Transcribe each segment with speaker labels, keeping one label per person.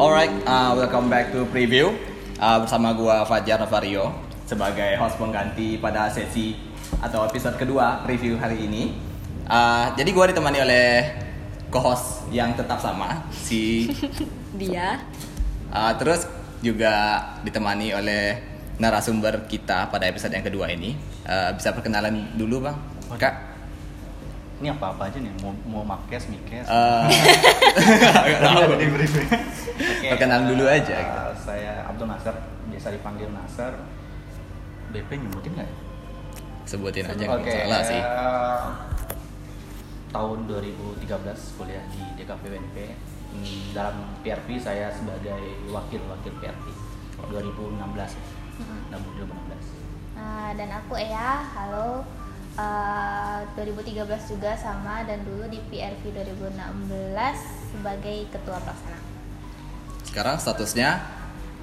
Speaker 1: Alright, uh, welcome back to preview Uh, bersama gua Fajar Novario sebagai host pengganti pada sesi atau episode kedua review hari ini. Uh, jadi gua ditemani oleh co-host yang tetap sama si
Speaker 2: Dia
Speaker 1: uh, terus juga ditemani oleh narasumber kita pada episode yang kedua ini. Uh, bisa perkenalan dulu bang, kak.
Speaker 3: Ini apa-apa aja nih, mau, mau makes, mikes
Speaker 1: Uh,
Speaker 3: Iya,
Speaker 1: nggak tahu.
Speaker 3: Ada di briefing. iya, Oke,
Speaker 1: Perkenalan dulu
Speaker 3: eh,
Speaker 1: aja, gitu.
Speaker 3: Saya Abdul Nasar, biasa dipanggil Nasar BP nyebutin nggak ya?
Speaker 1: Sebutin aja nggak
Speaker 3: Oke,
Speaker 1: Iya, salah sih.
Speaker 3: eh, Tahun 2013 kuliah di DKPWNP Hmm, Dalam PRP saya sebagai wakil-wakil PRP 2016 ya? Tahun 2016
Speaker 4: Ah, dan aku Ea, halo. Ah, 2013 juga sama dan dulu di PRV 2016 sebagai ketua pelaksana.
Speaker 1: Sekarang statusnya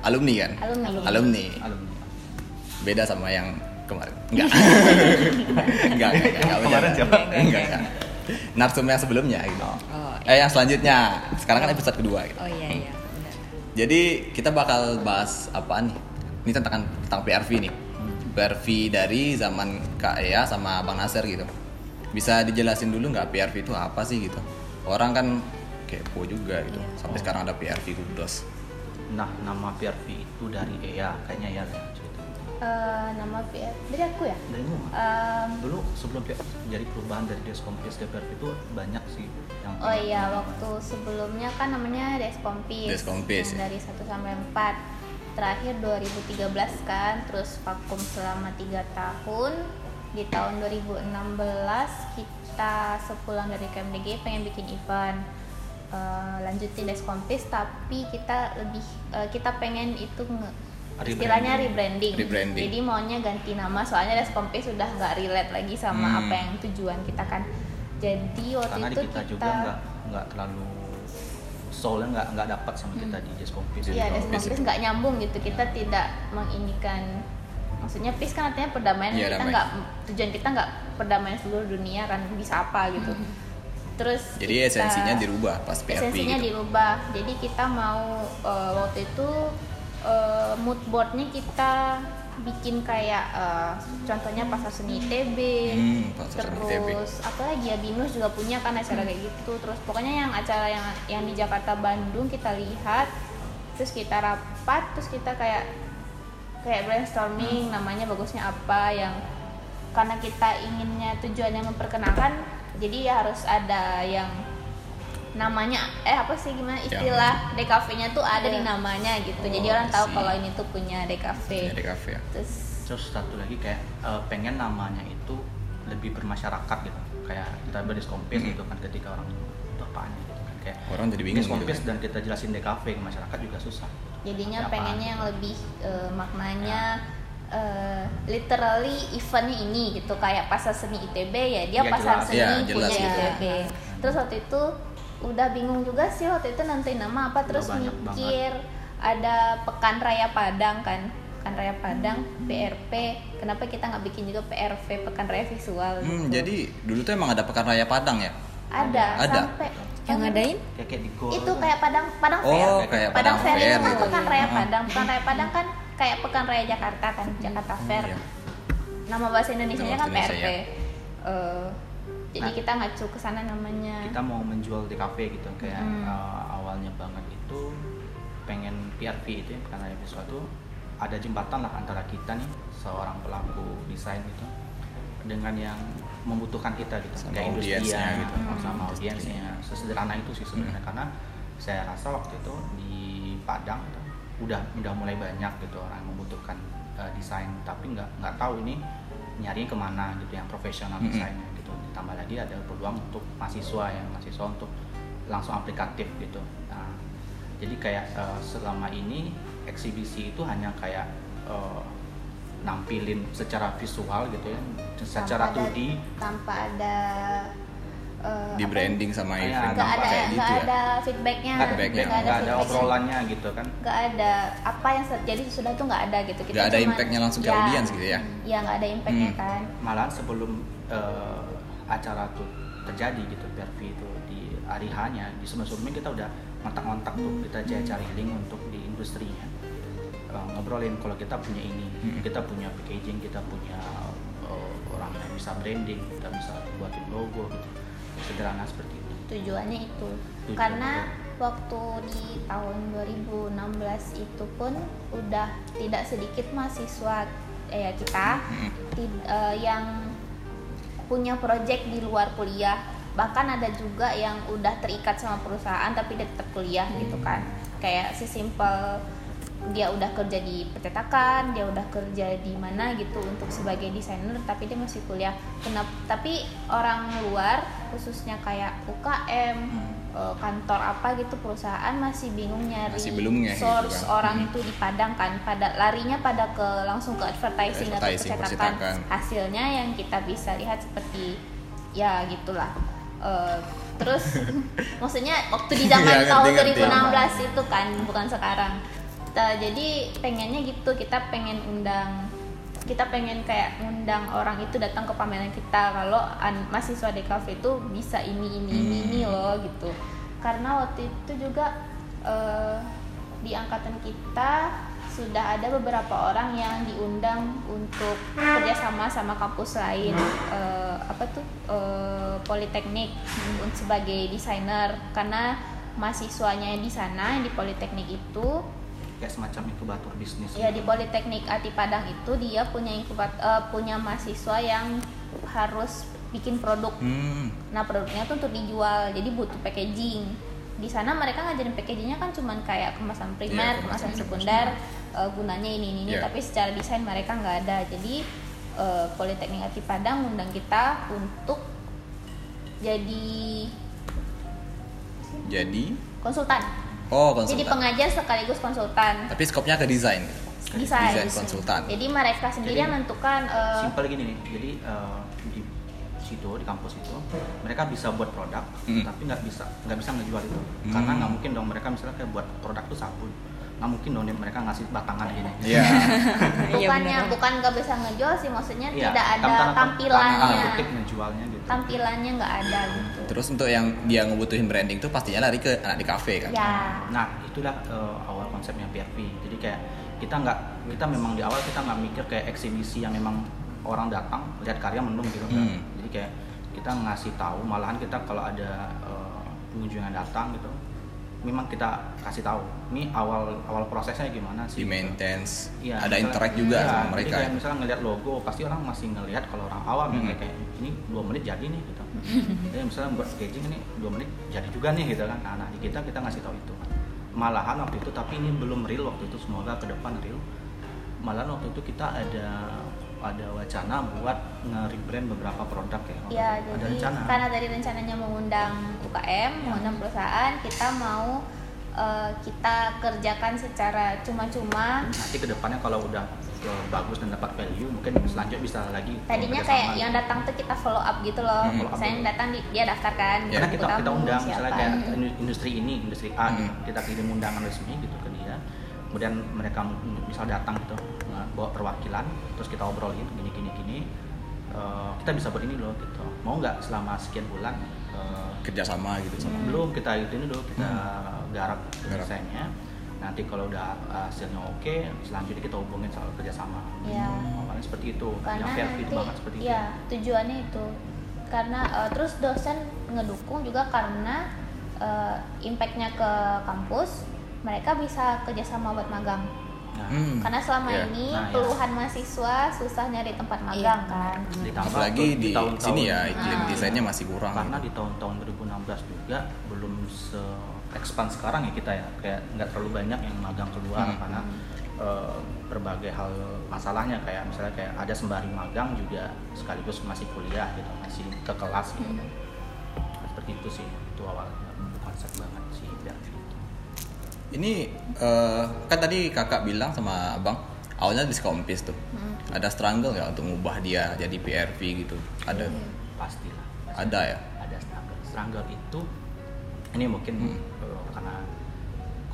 Speaker 1: alumni kan?
Speaker 4: Alumni.
Speaker 1: Alumni.
Speaker 3: Alumni
Speaker 1: Beda sama yang kemarin. Enggak. enggak, enggak, enggak, enggak.
Speaker 3: Kemarin siapa?
Speaker 1: Enggak, enggak. Narsum yang sebelumnya gitu.
Speaker 2: Oh,
Speaker 1: Eh yang selanjutnya. Sekarang kan episode kedua gitu.
Speaker 2: Oh iya iya benar.
Speaker 1: Jadi kita bakal bahas apaan nih? Ini tentang tentang PRV nih. PRV dari zaman Kak Ea sama Bang Nasir gitu. Bisa dijelasin dulu nggak PRV itu apa sih gitu? Orang kan kepo juga gitu.
Speaker 2: Iya.
Speaker 1: Sampai sekarang ada PRV Kudos.
Speaker 3: Nah, nama PRV itu dari EA, kayaknya ya lah cerita.
Speaker 4: Eh, nama PRV dari aku ya. Ah,
Speaker 3: Dari Muhammad.
Speaker 4: Em,
Speaker 3: Dulu sebelum PRV jadi perubahan dari Deskom ke PRV itu banyak sih yang
Speaker 4: oh iya, waktu sebelumnya kan namanya Deskompis.
Speaker 1: Deskompis,
Speaker 4: yang
Speaker 1: ya.
Speaker 4: Dari 1 sampai 4. Terakhir 2013 kan, terus vakum selama 3 tahun. Di tahun 2016 kita sepulang dari KMDG pengen bikin event. Eh, lanjutin Deskompis tapi kita lebih eh, kita pengen itu nge-
Speaker 3: Rebranding.
Speaker 4: istilahnya rebranding.
Speaker 1: Rebranding.
Speaker 4: Jadi maunya ganti nama soalnya Deskompis sudah nggak relate lagi sama
Speaker 1: Hmm.
Speaker 4: apa yang tujuan kita kan. Jadi waktu
Speaker 3: karena
Speaker 4: itu
Speaker 3: di kita,
Speaker 4: kita,
Speaker 3: juga nggak nggak terlalu soalnya nggak nggak dapat sama kita di Deskom Peace.
Speaker 4: Iya,
Speaker 1: Jadi
Speaker 4: ada
Speaker 1: kalau peace
Speaker 4: Peace
Speaker 1: itu-
Speaker 4: nggak nyambung gitu. Kita tidak menginikan maksudnya peace kan artinya perdamaian
Speaker 1: Iya,
Speaker 4: kita
Speaker 1: damai.
Speaker 4: nggak tujuan kita nggak perdamaian seluruh dunia kan bisa apa gitu. Terus
Speaker 1: Jadi
Speaker 4: kita-
Speaker 1: esensinya dirubah pas PRV
Speaker 4: esensinya
Speaker 1: gitu.
Speaker 4: dirubah. Jadi kita mau eh, waktu itu eh, mood boardnya kita bikin kayak eh, contohnya pasar seni ITB,
Speaker 1: Hmm, pasar seni Hmm. ITB.
Speaker 4: terus apa lagi ya Binus juga punya kan acara kayak gitu. Terus pokoknya yang acara yang yang di Jakarta Bandung kita lihat, terus kita rapat, terus kita kayak kayak brainstorming namanya bagusnya apa yang karena kita inginnya tujuannya memperkenalkan jadi ya harus ada yang namanya eh apa sih gimana
Speaker 1: Yang-
Speaker 4: istilah DKV-nya tuh ada di namanya gitu jadi
Speaker 1: Ya. Oh,
Speaker 4: orang tahu
Speaker 1: I see.
Speaker 4: kalau ini tuh punya DKV
Speaker 1: Jadi kafe ya.
Speaker 4: terus
Speaker 3: Terus satu lagi kayak eh, pengen namanya itu lebih bermasyarakat gitu. Kayak kita berdeskom Peace
Speaker 1: Hmm.
Speaker 3: gitu kan ketika orang itu apaan ya gitu kan kayak
Speaker 1: Orang jadi bingung
Speaker 3: Deskom
Speaker 1: gitu.
Speaker 3: Peace dan kita jelasin DKV ke masyarakat juga susah.
Speaker 4: jadinya
Speaker 3: Apaan?
Speaker 4: pengennya yang lebih eh, maknanya
Speaker 1: Ya.
Speaker 4: eh, literally eventnya ini gitu kayak pasar seni ITB ya dia
Speaker 3: Iya,
Speaker 4: pasar
Speaker 3: jelas.
Speaker 4: seni
Speaker 1: Iya,
Speaker 4: punya
Speaker 1: jelas gitu.
Speaker 4: ITB terus waktu itu udah bingung juga sih waktu itu nanti nama apa terus
Speaker 3: banyak
Speaker 4: mikir ada pekan raya Padang kan pekan raya Padang
Speaker 1: Hmm.
Speaker 4: PRP kenapa kita nggak bikin juga PRV pekan raya visual
Speaker 1: Hmm,
Speaker 4: gitu.
Speaker 1: jadi dulu tuh emang ada pekan raya Padang ya?
Speaker 4: ada,
Speaker 1: Ada.
Speaker 4: sampai
Speaker 2: Yang ngadain?
Speaker 3: Kayak kayak di gitu. Goa
Speaker 4: itu
Speaker 3: tuh.
Speaker 4: kayak Padang Padang
Speaker 1: Oh,
Speaker 4: Fair.
Speaker 1: kayak
Speaker 4: Padang,
Speaker 1: Padang
Speaker 4: Fair,
Speaker 1: Fair
Speaker 4: itu kan
Speaker 1: gitu.
Speaker 4: Pekan Raya
Speaker 1: Heeh.
Speaker 4: Padang. Pekan Raya Padang kan kayak Pekan Raya Jakarta kan, Jakarta Fair.
Speaker 1: iya.
Speaker 4: Nama bahasa Indonesianya
Speaker 1: Nama
Speaker 4: kan
Speaker 1: bahasa
Speaker 4: PRP.
Speaker 1: Indonesia, ya.
Speaker 4: Eh, jadi
Speaker 3: Nah.
Speaker 4: kita ngacu ke sana namanya.
Speaker 3: kita mau menjual di kafe gitu kayak
Speaker 4: Iya. Hmm.
Speaker 3: uh, awalnya banget itu pengen PRV itu ya karena ada sesuatu ada jembatan lah antara kita nih seorang pelaku desain gitu dengan yang membutuhkan kita gitu
Speaker 1: Sama
Speaker 3: kayak
Speaker 1: audiensnya
Speaker 3: industrinya
Speaker 1: gitu.
Speaker 3: sama
Speaker 1: Hmm.
Speaker 3: audiensnya sesederhana itu sih sebenarnya karena saya rasa waktu itu di Padang tuh udah udah mulai banyak gitu orang yang membutuhkan uh, desain tapi nggak nggak tahu ini nyarinya kemana gitu yang profesional
Speaker 1: Mm-mm.
Speaker 3: desainnya gitu ditambah lagi ada peluang untuk mahasiswa ya mahasiswa untuk langsung aplikatif gitu nah, jadi kayak eh, selama ini eksibisi itu hanya kayak eh, nampilin secara visual gitu ya secara
Speaker 4: Tanpa ada-
Speaker 3: 2D
Speaker 4: tanpa ada eh,
Speaker 1: Di
Speaker 4: apa-
Speaker 1: branding sama
Speaker 3: Kayak
Speaker 1: event
Speaker 4: nggak
Speaker 3: tanpa
Speaker 4: ada
Speaker 1: kayak
Speaker 4: nggak
Speaker 1: gitu ya.
Speaker 4: ada feedbacknya
Speaker 1: Iya, Nggak
Speaker 3: nggak ada
Speaker 1: ada
Speaker 3: feedback,
Speaker 1: feedbacknya.
Speaker 3: nggak ada obrolannya gitu kan
Speaker 4: nggak ada apa yang terjadi sesudah itu nggak ada gitu
Speaker 1: Nggak ada
Speaker 4: cuman-
Speaker 1: impact-nya langsung ke
Speaker 4: Ya.
Speaker 1: audiens gitu ya.
Speaker 4: ya nggak ada impactnya
Speaker 1: Hmm.
Speaker 4: kan
Speaker 3: malahan sebelum eh, acara tuh terjadi gitu PRV itu di hari hanya di sebelum sebelumnya kita udah ngontak-ngontak tuh kita cari cari link untuk di industrinya Eh, ngobrolin kalau kita punya ini
Speaker 1: Hmm.
Speaker 3: kita punya packaging kita punya eh, orang yang bisa branding kita bisa buatin logo gitu sederhana seperti itu
Speaker 4: tujuannya itu
Speaker 3: Tujuan.
Speaker 4: karena waktu di tahun 2016 itu pun udah tidak sedikit mahasiswa eh, kita
Speaker 1: Mm.
Speaker 4: tid- eh, yang punya project di luar kuliah bahkan ada juga yang udah terikat sama perusahaan tapi dia tetap kuliah gitu kan kayak sesimpel dia udah kerja di percetakan dia udah kerja di mana gitu untuk sebagai desainer tapi dia masih kuliah kenapa tapi orang luar khususnya kayak UKM eh, kantor apa gitu perusahaan masih bingung nyari
Speaker 1: Masih belum ya, gitu
Speaker 4: source
Speaker 1: kan.
Speaker 4: orang
Speaker 1: Hmm.
Speaker 4: itu di Padang kan pada larinya pada ke langsung ke advertising,
Speaker 1: Advertising,
Speaker 4: atau percetakan.
Speaker 1: percetakan.
Speaker 4: hasilnya yang kita bisa lihat seperti ya gitulah Eh, terus maksudnya waktu di zaman
Speaker 1: Iya,
Speaker 4: tahun
Speaker 1: ngerti, ngerti.
Speaker 4: 2016 itu kan bukan sekarang Ta- jadi pengennya gitu kita pengen undang kita pengen kayak undang orang itu datang ke pameran kita kalau an- mahasiswa Dekaf itu bisa ini ini ini, ini
Speaker 1: Hmm.
Speaker 4: loh gitu karena waktu itu juga eh, di angkatan kita sudah ada beberapa orang yang diundang untuk kerjasama sama kampus lain eh, apa tuh eh, politeknik un- sebagai desainer karena mahasiswanya di sana di politeknik itu
Speaker 3: kayak semacam inkubator bisnis
Speaker 4: ya di
Speaker 3: gitu.
Speaker 4: politeknik Ati Padang itu dia punya inkubat eh, punya mahasiswa yang harus bikin produk
Speaker 1: Hmm.
Speaker 4: Nah produknya tuh untuk dijual, jadi butuh packaging. Di sana mereka ngajarin packagingnya kan cuman kayak kemasan primer,
Speaker 1: Iya, kemasan
Speaker 4: kemasan
Speaker 1: primer.
Speaker 4: sekunder, eh, gunanya ini ini, ini.
Speaker 1: Iya.
Speaker 4: tapi secara desain mereka nggak ada. Jadi eh, Politeknik Ati Padang undang kita untuk jadi
Speaker 1: Jadi,
Speaker 4: konsultan.
Speaker 1: oh
Speaker 4: Jadi
Speaker 1: konsultan.
Speaker 4: pengajar sekaligus konsultan.
Speaker 1: Tapi skopnya ke desain.
Speaker 4: Desain.
Speaker 1: Desain konsultan.
Speaker 4: Jadi mereka sendiri
Speaker 3: Jadi,
Speaker 4: yang menentukan eh,
Speaker 3: simpel gini nih jadi eh, di situ di kampus itu mereka bisa buat produk
Speaker 1: Mm.
Speaker 3: tapi nggak bisa nggak bisa ngejual itu
Speaker 1: Hmm.
Speaker 3: karena nggak mungkin dong mereka misalnya kayak buat produk tuh sabun nggak mungkin dong mereka ngasih batangan gini
Speaker 1: Iya.
Speaker 2: Iya,
Speaker 4: bukannya
Speaker 2: beneran.
Speaker 4: bukan nggak bisa ngejual sih, maksudnya
Speaker 3: Iya,
Speaker 4: tidak ada
Speaker 3: tanpa- tanpa
Speaker 4: tampilannya,
Speaker 1: Ah,
Speaker 3: tanda kutip ngejualnya gitu
Speaker 4: tampilannya nggak ada gitu.
Speaker 1: Terus untuk yang dia ngebutuhin branding tuh pastinya lari ke anak di kafe kan.
Speaker 4: Ya.
Speaker 3: nah itulah eh, awal konsepnya PRP jadi kayak kita nggak kita memang di awal kita nggak mikir kayak eksibisi yang memang orang datang lihat karya mendung gitu kan
Speaker 1: Hmm.
Speaker 3: jadi kayak kita ngasih tahu malahan kita kalau ada eh, pengunjung yang datang gitu memang kita kasih tahu ini awal awal prosesnya
Speaker 1: Di
Speaker 3: gimana sih gitu.
Speaker 1: maintenance.
Speaker 3: Iya,
Speaker 1: Ada
Speaker 3: misalnya-
Speaker 1: interact juga
Speaker 3: Iya,
Speaker 1: sama
Speaker 3: jadi
Speaker 1: mereka. ya?
Speaker 3: kayak misalnya ngelihat logo pasti orang masih ngelihat kalau orang awam ya
Speaker 1: Mhm.
Speaker 3: kayak ini dua menit jadi nih gitu jadi misalnya buat packaging ini dua menit jadi juga nih gitu kan nah, nah, di kita kita ngasih tahu itu malahan waktu itu tapi ini belum real waktu itu semoga ke depan real malahan waktu itu kita ada ada wacana buat nge-rebrand beberapa produk ya waktu
Speaker 4: Ya,
Speaker 3: itu. ada
Speaker 4: jadi
Speaker 3: rencana
Speaker 4: karena tadi rencananya mengundang UKM, mengundang perusahaan, kita mau eh, kita kerjakan secara cuma-cuma.
Speaker 3: nanti ke depannya kalau udah eh, bagus dan dapat value mungkin selanjutnya bisa lagi bekerjasama
Speaker 4: Tadinya kayak
Speaker 3: gitu.
Speaker 4: yang datang tuh kita follow up gitu loh.
Speaker 1: Hmm,
Speaker 3: follow up
Speaker 4: Saya yang
Speaker 3: dulu.
Speaker 4: datang di- dia daftar kan.
Speaker 1: Ya.
Speaker 3: karena kita
Speaker 4: tamu,
Speaker 3: kita undang
Speaker 4: siapa. Gitu.
Speaker 3: misalnya kayak in- industri ini industri A gitu.
Speaker 1: Hmm.
Speaker 3: kita kirim undangan resmi gitu ke dia kemudian mereka m- misal datang gitu nah, bawa perwakilan terus kita obrolin gini gini gini Eh, kita bisa buat ini loh gitu mau nggak selama sekian bulan eh,
Speaker 1: Kerjasama gitu sama.
Speaker 3: belum kita itu ini dulu kita garap
Speaker 1: Hmm. Garap.
Speaker 3: desainnya nanti kalau udah hasilnya oke selanjutnya kita hubungin soal kerjasama
Speaker 4: Iya.
Speaker 3: awalnya seperti itu
Speaker 4: karena
Speaker 3: yang fair
Speaker 4: nanti
Speaker 3: itu banget seperti
Speaker 1: iya.
Speaker 4: ya
Speaker 3: itu
Speaker 4: tujuannya itu karena eh, terus dosen ngedukung juga karena eh, impactnya ke kampus mereka bisa kerjasama buat magang
Speaker 3: nah,
Speaker 1: Hmm.
Speaker 4: karena selama
Speaker 1: Iya.
Speaker 4: ini
Speaker 3: Nah, ya.
Speaker 4: keluhan mahasiswa susah nyari tempat magang
Speaker 2: Iya.
Speaker 4: kan
Speaker 3: ditambah
Speaker 1: Apalagi
Speaker 3: tuh
Speaker 1: di
Speaker 3: tahun-tahun-
Speaker 1: sini ya iklim
Speaker 4: Ah.
Speaker 1: desainnya masih kurang.
Speaker 3: karena di tahun-tahun 2016 juga belum se expand sekarang ya kita ya kayak nggak terlalu banyak yang magang keluar
Speaker 1: Hmm.
Speaker 3: karena eh, berbagai hal masalahnya kayak misalnya kayak ada sembari magang juga sekaligus masih kuliah gitu masih ke kelas gitu
Speaker 1: Hmm.
Speaker 3: Nah, seperti itu sih itu awalnya konsep banget sih gitu. dari itu
Speaker 1: Ini eh, kan tadi kakak bilang sama abang awalnya di Skompis tuh.
Speaker 3: Hmm.
Speaker 1: Ada struggle nggak untuk ngubah dia jadi PRV gitu? Ada,
Speaker 3: Iya. pastilah pasti.
Speaker 1: ada ya.
Speaker 3: ada struggle. Struggle itu ini mungkin
Speaker 1: Hmm.
Speaker 3: eh, karena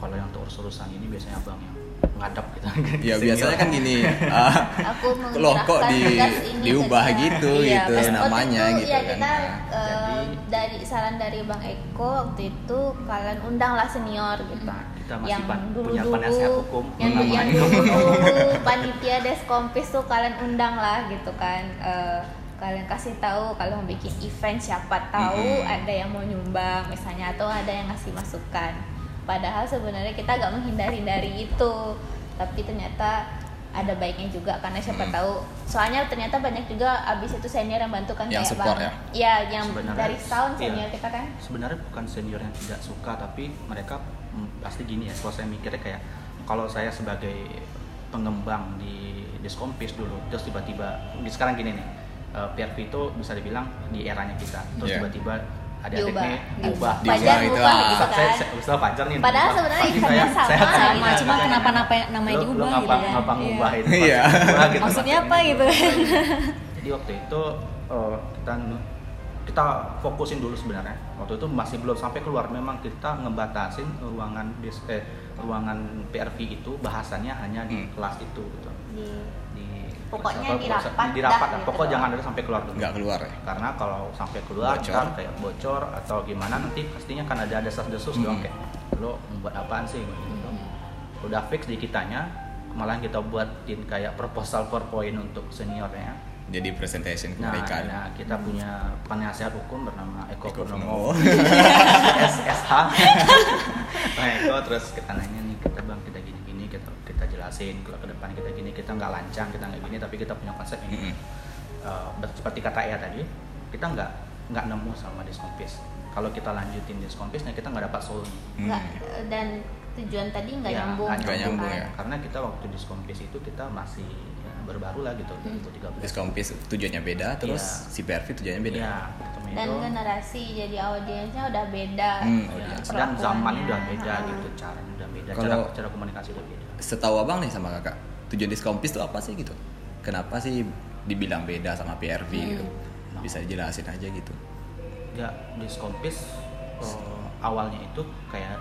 Speaker 3: kalau yang untuk urus-urusan ini biasanya abang yang ngadap gitu
Speaker 1: Ya
Speaker 3: Senior.
Speaker 1: biasanya kan gini. ah,
Speaker 4: aku
Speaker 1: loh kok
Speaker 4: menggerakkan
Speaker 1: di
Speaker 4: tugas ini ke
Speaker 1: diubah
Speaker 4: dia.
Speaker 1: gitu
Speaker 2: Iya,
Speaker 1: gitu
Speaker 2: pas
Speaker 4: Terus
Speaker 1: namanya
Speaker 4: waktu itu,
Speaker 1: gitu
Speaker 4: ya,
Speaker 1: kan.
Speaker 4: kita
Speaker 3: Nah,
Speaker 4: eh,
Speaker 3: jadi-
Speaker 4: dari saran dari bang Eko waktu itu kalian undanglah senior gitu
Speaker 3: Nah, kita masih
Speaker 4: yang
Speaker 3: pan-
Speaker 4: dulu
Speaker 3: punya
Speaker 4: dulu
Speaker 3: penasihat hukum
Speaker 4: yang, dulu- yang
Speaker 3: namanya.
Speaker 4: dulu dulu panitia deskompis tuh kalian undang lah gitu kan Eh, kalian kasih tahu kalau mau bikin event siapa tahu
Speaker 1: Mm-mm.
Speaker 4: ada yang mau nyumbang misalnya atau ada yang ngasih masukan padahal sebenarnya kita agak menghindari dari itu tapi ternyata ada baiknya juga karena siapa
Speaker 1: Mm.
Speaker 4: tahu soalnya ternyata banyak juga abis itu senior yang bantu kan
Speaker 1: Yang
Speaker 4: kayak
Speaker 1: support
Speaker 4: Bang-
Speaker 1: ya?
Speaker 4: Iya, yang
Speaker 3: Sebenarnya-
Speaker 4: dari sound
Speaker 3: iya.
Speaker 4: senior kita kan
Speaker 3: sebenarnya bukan senior yang tidak suka tapi mereka mm, pasti gini ya kalau saya mikirnya kayak kalau saya sebagai pengembang di diskompis dulu terus tiba-tiba di sekarang gini nih eh, PRP itu bisa dibilang di eranya kita terus
Speaker 1: Iya.
Speaker 3: tiba-tiba Iya, ada adik
Speaker 4: Diubah.
Speaker 3: nih
Speaker 4: Diubah.
Speaker 3: ubah
Speaker 1: Diubah Ah.
Speaker 3: Saya-
Speaker 1: itu
Speaker 4: ubah
Speaker 1: lah.
Speaker 3: saya,
Speaker 4: gitu kan.
Speaker 3: saya, saya Fajar nih
Speaker 4: Padahal
Speaker 3: ubah.
Speaker 4: sebenarnya
Speaker 3: Pasti
Speaker 4: ikannya sama, gitu.
Speaker 3: saya
Speaker 2: sama, cuma
Speaker 3: katanya,
Speaker 2: kenapa namanya
Speaker 3: lu- lu
Speaker 2: diubah
Speaker 3: ngapa-
Speaker 2: gitu kan.
Speaker 3: ngapa ngubah
Speaker 2: Iya.
Speaker 3: itu
Speaker 1: Iya.
Speaker 3: Fajar, gitu,
Speaker 2: Maksudnya apa
Speaker 3: maksudnya
Speaker 2: gitu kan?
Speaker 3: jadi waktu itu eh, kita kita fokusin dulu sebenarnya waktu itu masih belum sampai keluar memang kita ngebatasin ruangan bis, eh, ruangan PRV itu bahasannya hanya di
Speaker 1: Hmm.
Speaker 3: kelas itu gitu.
Speaker 4: di
Speaker 3: di
Speaker 4: Pokoknya
Speaker 3: apa,
Speaker 4: di
Speaker 3: proses-
Speaker 4: rapat
Speaker 3: di rapat lah.
Speaker 4: dah gitu
Speaker 3: pokok
Speaker 4: doang.
Speaker 3: jangan ada sampai keluar dulu
Speaker 1: Nggak keluar ya.
Speaker 3: karena kalau sampai keluar
Speaker 1: Bocor.
Speaker 3: ntar kayak bocor atau gimana nanti pastinya kan ada desas desus
Speaker 1: Hmm.
Speaker 3: doang kayak lo membuat apaan sih gitu. udah fix di kitanya malah kita buatin kayak proposal PowerPoint untuk seniornya
Speaker 1: Jadi presentation
Speaker 3: Nah,
Speaker 1: kebaikan.
Speaker 3: nah, kita punya penasihat hukum bernama Eko,
Speaker 1: Eko
Speaker 3: Purnomo,
Speaker 1: Purnomo.
Speaker 3: SSH. Nah, Eko terus kita nanya nih, kita bang kita gini-gini, kita kita jelasin kalau ke depan kita gini, kita nggak lancang, kita nggak gini, tapi kita punya konsep ini.
Speaker 1: Mm-mm.
Speaker 3: Eh, ber- seperti kata Ea tadi, kita nggak nggak nemu sama diskompis. Kalau kita lanjutin diskompisnya, kita nggak dapat solusi.
Speaker 1: Hmm.
Speaker 4: nggak dan tujuan tadi nggak
Speaker 3: Ya,
Speaker 4: nyambung
Speaker 3: nggak iya.
Speaker 1: Nggak nyambung
Speaker 4: kan.
Speaker 1: ya.
Speaker 3: Karena kita waktu diskompis itu kita masih ya, baru-baru lah gitu,
Speaker 4: Hmm.
Speaker 3: 2013.
Speaker 1: Diskompis tujuannya beda, terus
Speaker 3: Iya.
Speaker 1: si PRV tujuannya beda.
Speaker 3: Ya, ketemu
Speaker 4: dan
Speaker 3: itu. Iya,
Speaker 4: generasi jadi audiensnya udah beda
Speaker 1: Gitu. Hmm,
Speaker 3: Ya,
Speaker 1: audiens.
Speaker 3: dan zamannya
Speaker 4: Perlakuannya,
Speaker 3: udah beda
Speaker 4: heeh.
Speaker 3: gitu caranya udah beda cara
Speaker 1: Kalau-
Speaker 3: cara komunikasi udah beda
Speaker 1: Setahu abang nih sama kakak, tujuan diskompis itu apa sih gitu? Kenapa sih dibilang beda sama PRV gitu? Bisa jelasin aja gitu.
Speaker 3: ya diskompis eh, awalnya itu kayak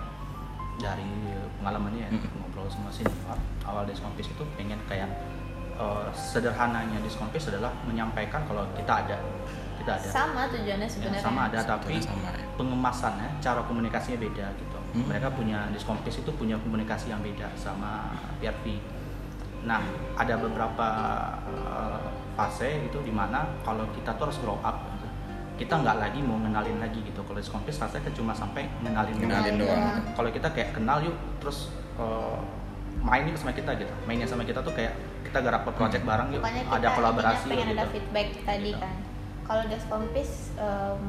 Speaker 3: dari pengalamannya ya
Speaker 1: Mm-mm.
Speaker 3: ngobrol sama senior awal diskompis itu pengen kayak eh, sederhananya diskompis adalah menyampaikan kalau kita ada kita ada
Speaker 4: sama tujuannya
Speaker 3: Ya,
Speaker 4: sebenarnya
Speaker 3: sama ada tapi
Speaker 1: Tujuannya sama ya.
Speaker 3: pengemasannya cara komunikasinya beda gitu
Speaker 1: Hmm.
Speaker 3: mereka punya diskompis itu punya komunikasi yang beda sama PRP nah ada beberapa eh, fase gitu dimana kalau kita tuh harus grow up gitu. kita nggak lagi mau ngenalin lagi gitu kalau diskompis rasanya kan cuma sampai ngenalin doang.
Speaker 1: Kenalin doang.
Speaker 3: kalau kita kayak kenal yuk terus eh, main yuk sama kita gitu mainnya sama kita tuh kayak kita garap project
Speaker 1: Hmm.
Speaker 3: bareng yuk
Speaker 4: Pokoknya kita
Speaker 3: ada kolaborasi
Speaker 4: pengen
Speaker 3: yuk,
Speaker 4: ada
Speaker 3: gitu.
Speaker 4: feedback tadi
Speaker 3: Gitu.
Speaker 4: kan kalau deskompis em,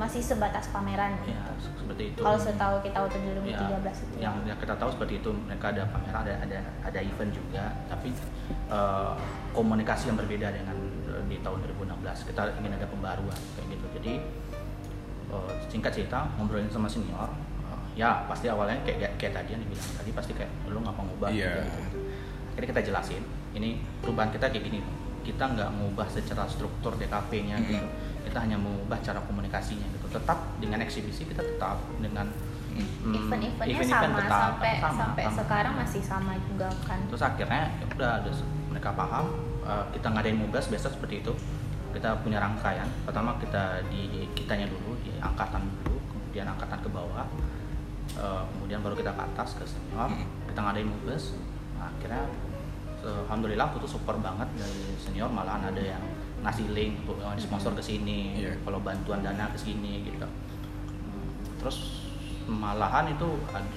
Speaker 4: masih sebatas pameran
Speaker 3: ya seperti itu
Speaker 4: kalau setahu kita waktu 2013
Speaker 3: Ya,
Speaker 4: itu
Speaker 3: yang yang kita tahu seperti itu mereka ada pameran ada ada ada event juga tapi eh, komunikasi yang berbeda dengan eh, di tahun 2016 kita ingin ada pembaruan kayak gitu jadi eh, singkat cerita ngobrolin sama senior eh, ya pasti awalnya kayak kayak tadi yang dibilang tadi pasti kayak lu ngapa ngubah
Speaker 1: Iya.
Speaker 3: gitu. akhirnya kita jelasin ini perubahan kita kayak gini kita nggak mengubah secara struktur DKP-nya
Speaker 1: Mhm.
Speaker 3: gitu kita hanya mengubah cara komunikasinya gitu tetap dengan eksibisi kita tetap dengan
Speaker 1: Hmm.
Speaker 3: Hmm,
Speaker 4: event-eventnya
Speaker 3: event-event
Speaker 4: sama
Speaker 3: tetap,
Speaker 4: sampai
Speaker 3: sama,
Speaker 4: sampai
Speaker 3: sama.
Speaker 4: sekarang masih sama juga kan
Speaker 3: terus akhirnya ya udah ada se- mereka paham eh, kita ngadain mubas biasa seperti itu kita punya rangkaian pertama kita di kitanya dulu di angkatan dulu kemudian angkatan ke bawah eh, kemudian baru kita ke atas ke senior
Speaker 1: Hmm.
Speaker 3: kita ngadain mubas nah, akhirnya se- alhamdulillah aku tuh support banget dari senior malahan ada yang ngasih link untuk eh, sponsor ke sini
Speaker 1: Iya.
Speaker 3: kalau bantuan dana ke sini gitu terus malahan itu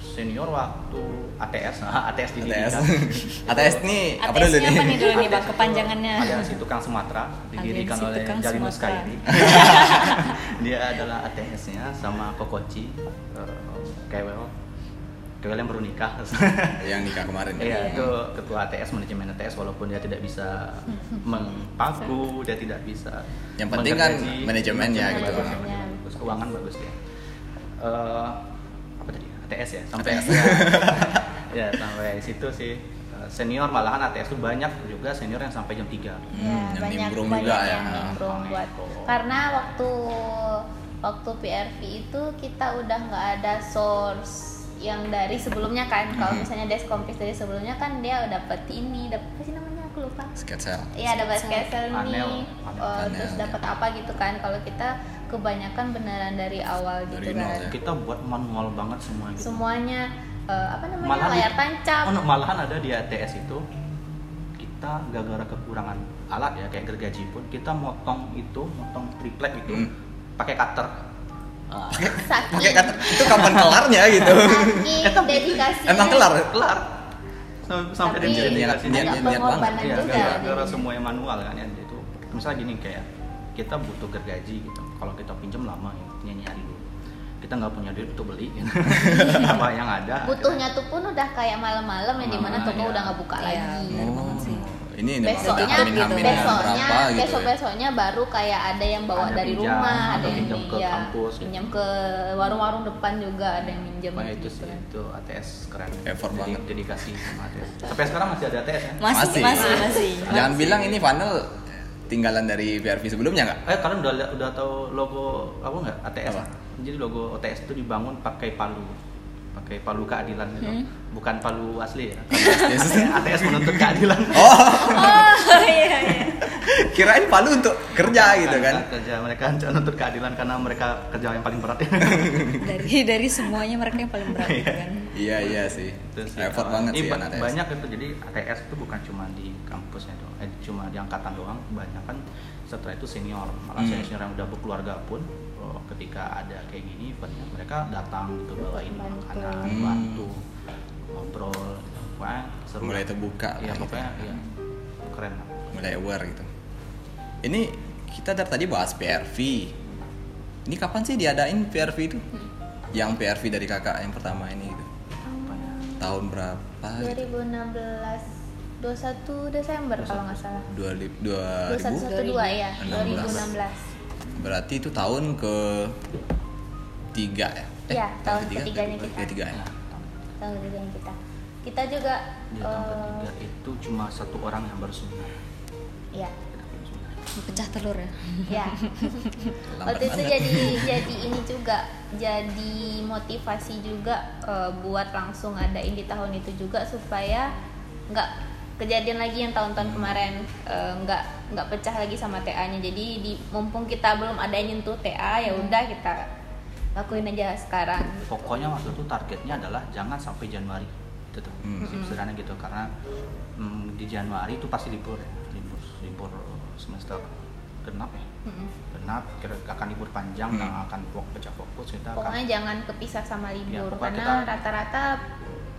Speaker 3: senior waktu ATS nah, ATS di
Speaker 1: ATS.
Speaker 3: Itu-
Speaker 1: ATS nih apa
Speaker 2: ATS
Speaker 1: dulu
Speaker 2: -nya
Speaker 1: nih?
Speaker 2: apa nih dulu nih bang
Speaker 3: ATS itu
Speaker 2: kepanjangannya?
Speaker 3: Aliansi Tukang Sumatera didirikan
Speaker 2: Aliansi
Speaker 3: oleh
Speaker 2: Tukang
Speaker 3: Jalino
Speaker 2: Sumatera.
Speaker 3: Skyri dia adalah ATS-nya sama Kokoci eh, Kewel Kewel yang baru nikah
Speaker 1: Yang nikah kemarin. ya?
Speaker 3: Iya, itu ketua ATS manajemen ATS walaupun dia tidak bisa mengpagu, dia tidak bisa.
Speaker 1: Yang penting kan
Speaker 3: menggaji.
Speaker 1: manajemennya
Speaker 4: gitu.
Speaker 3: Bagus, manajemen bagus, keuangan bagus dia. Eh, apa tadi? ATS ya, sampai
Speaker 1: ATS.
Speaker 3: ya sampai situ sih. Eh, Senior malahan ATS tuh banyak juga senior yang sampai jam 3
Speaker 4: Ya,
Speaker 1: Hmm, yang
Speaker 4: banyak
Speaker 1: nimbrung
Speaker 4: banyak
Speaker 1: juga
Speaker 4: yang
Speaker 1: ya.
Speaker 4: nimbrung
Speaker 3: Oke.
Speaker 4: buat karena waktu waktu PRV itu kita udah nggak ada source yang dari sebelumnya kan kalau
Speaker 1: Mhm.
Speaker 4: misalnya deskompis dari sebelumnya kan dia dapat ini dapat apa sih namanya aku lupa
Speaker 1: Sketsel.
Speaker 4: Iya dapat sketser
Speaker 3: Panel.
Speaker 4: nih,
Speaker 3: Panel.
Speaker 4: eh,
Speaker 1: Panel,
Speaker 4: terus
Speaker 1: ya.
Speaker 4: dapat apa gitu kan? Kalau kita kebanyakan beneran dari awal gitu
Speaker 1: Dari nol,
Speaker 4: kan.
Speaker 1: ya.
Speaker 3: kita buat manual banget semua gitu
Speaker 4: Semuanya eh, apa namanya
Speaker 3: Malahan-
Speaker 4: layar tancap.
Speaker 3: Oh, no, malahan ada di ATS itu kita gara-gara kekurangan alat ya kayak gergaji pun kita motong itu motong triplek itu
Speaker 1: Hmm.
Speaker 3: pakai cutter
Speaker 1: Ah.
Speaker 4: Saking,
Speaker 1: Pakai kata itu kapan kelarnya gitu.
Speaker 4: saking
Speaker 3: Eh, tapi-
Speaker 4: dedikasinya.
Speaker 1: Emang kelar?
Speaker 3: kelar Sam- sampai
Speaker 4: Tapi
Speaker 3: dia
Speaker 1: niat-
Speaker 3: dedikasinya.
Speaker 1: niat-
Speaker 4: agak
Speaker 1: niat banget.
Speaker 4: pengorbanan
Speaker 3: Iya,
Speaker 4: juga.
Speaker 3: gara- gara semuanya manual kan ya itu misalnya gini kayak kita butuh gergaji gitu kalau kita pinjam lama ya nyari nyari dulu kita nggak punya duit untuk beli gitu. apa yang ada gitu.
Speaker 4: Butuhnya tuh pun udah kayak malam-malam yang dimana
Speaker 3: Malam-malam,
Speaker 4: toko
Speaker 3: iya.
Speaker 4: udah nggak buka
Speaker 2: Iya.
Speaker 1: Oh,
Speaker 4: lagi.
Speaker 2: Bener banget sih.
Speaker 1: ini ini maksudnya
Speaker 4: Besoknya, gitu,
Speaker 1: amin-amin yang
Speaker 4: besoknya,
Speaker 1: berapa gitu.
Speaker 4: besok
Speaker 1: ya.
Speaker 4: besoknya baru kayak ada yang bawa
Speaker 3: Ada
Speaker 4: dari
Speaker 3: pinjam,
Speaker 4: rumah, ada
Speaker 3: atau
Speaker 4: yang
Speaker 3: pinjam ke
Speaker 4: iya,
Speaker 3: kampus, gitu.
Speaker 4: pinjam ke warung-warung depan juga ada yang minjem.
Speaker 3: Wah, itu
Speaker 4: gitu
Speaker 3: sih
Speaker 4: kan.
Speaker 3: itu ATS keren
Speaker 1: Effort
Speaker 3: Jadi,
Speaker 1: banget.
Speaker 3: dedikasi sama ATS sampai sekarang masih ada ATS ya
Speaker 1: Masih.
Speaker 2: Masih, masih, masih.
Speaker 1: Jangan bilang ini panel tinggalan dari VRV sebelumnya nggak?
Speaker 3: Eh kalian udah liat- udah tahu logo apa nggak ATS?
Speaker 1: Apa?
Speaker 3: Jadi logo OTS itu dibangun pakai palu, pakai palu keadilan gitu,
Speaker 4: Hmm.
Speaker 3: bukan palu asli ya.
Speaker 1: Yes.
Speaker 3: ATS menuntut keadilan.
Speaker 1: Oh,
Speaker 2: Oh iya iya.
Speaker 1: kirain palu untuk kerja gitu kan?
Speaker 3: Mereka Kerja mereka menuntut keadilan karena mereka kerja yang paling berat.
Speaker 2: Dari dari semuanya mereka yang paling berat gitu kan.
Speaker 1: Iya iya sih.
Speaker 3: Terus ya,
Speaker 1: Effort
Speaker 3: kawan.
Speaker 1: banget
Speaker 3: Ini
Speaker 1: sih
Speaker 3: ba-
Speaker 1: anak TS.
Speaker 3: Banyak itu jadi ATS itu bukan cuma di kampusnya doang, eh, cuma di angkatan doang, banyak kan setelah itu senior, malah
Speaker 1: Hmm.
Speaker 3: senior yang udah berkeluarga pun oh, ketika ada kayak gini eventnya mereka datang ke bawain
Speaker 4: Bantu.
Speaker 3: makanan,
Speaker 1: Hmm.
Speaker 3: bantu, ngobrol, wah seru.
Speaker 1: Mulai terbuka
Speaker 3: Iya
Speaker 1: lah gitu
Speaker 3: pokoknya
Speaker 1: ya.
Speaker 3: iya. keren lah.
Speaker 1: Mulai aware gitu. Ini kita dari tadi bahas PRV. Ini kapan sih diadain PRV itu? Yang PRV dari kakak yang pertama ini gitu.
Speaker 3: Apa ya?
Speaker 1: Tahun berapa? gitu?
Speaker 4: 2016 21 Desember kalau nggak salah.
Speaker 1: Dua, li- dua
Speaker 4: 21
Speaker 1: ribu?
Speaker 4: 12 ya,
Speaker 1: 2016.
Speaker 4: 2016.
Speaker 1: Berarti itu tahun ke tiga ya?
Speaker 4: Iya, tahun ketiganya
Speaker 1: Tahun
Speaker 4: kita.
Speaker 1: ketiga ya?
Speaker 3: Nah, tahun-
Speaker 4: Tahun ketiganya kita. Kita juga
Speaker 3: di tahun
Speaker 4: eh,
Speaker 3: ketiga itu cuma satu orang yang Gitu, bersunat.
Speaker 4: ya,
Speaker 3: Kita belum sunat.
Speaker 2: Pecah telur ya.
Speaker 4: ya.
Speaker 1: Lambat
Speaker 4: Waktu itu
Speaker 1: banget.
Speaker 4: jadi jadi ini juga jadi motivasi juga eh, buat langsung adain di tahun itu juga supaya nggak kejadian lagi yang tahun-tahun kemarin eh, nggak nggak pecah lagi sama TA-nya. Jadi di mumpung kita belum adain nyentuh TA ya udah kita lakuin aja sekarang.
Speaker 3: pokoknya waktu itu targetnya adalah jangan sampai Januari itu tuh
Speaker 1: Hmm.
Speaker 3: sederhana gitu karena mm, di Januari itu pasti libur ya libur libur semester genap ya
Speaker 4: Mm-mm.
Speaker 3: genap kira akan libur panjang
Speaker 1: Hmm.
Speaker 3: dan akan fok- pecah fokus kita akan
Speaker 4: Pokoknya jangan kepisah sama
Speaker 3: Nah, Iya,
Speaker 4: libur
Speaker 3: pokoknya
Speaker 4: karena
Speaker 3: kita-
Speaker 4: rata-rata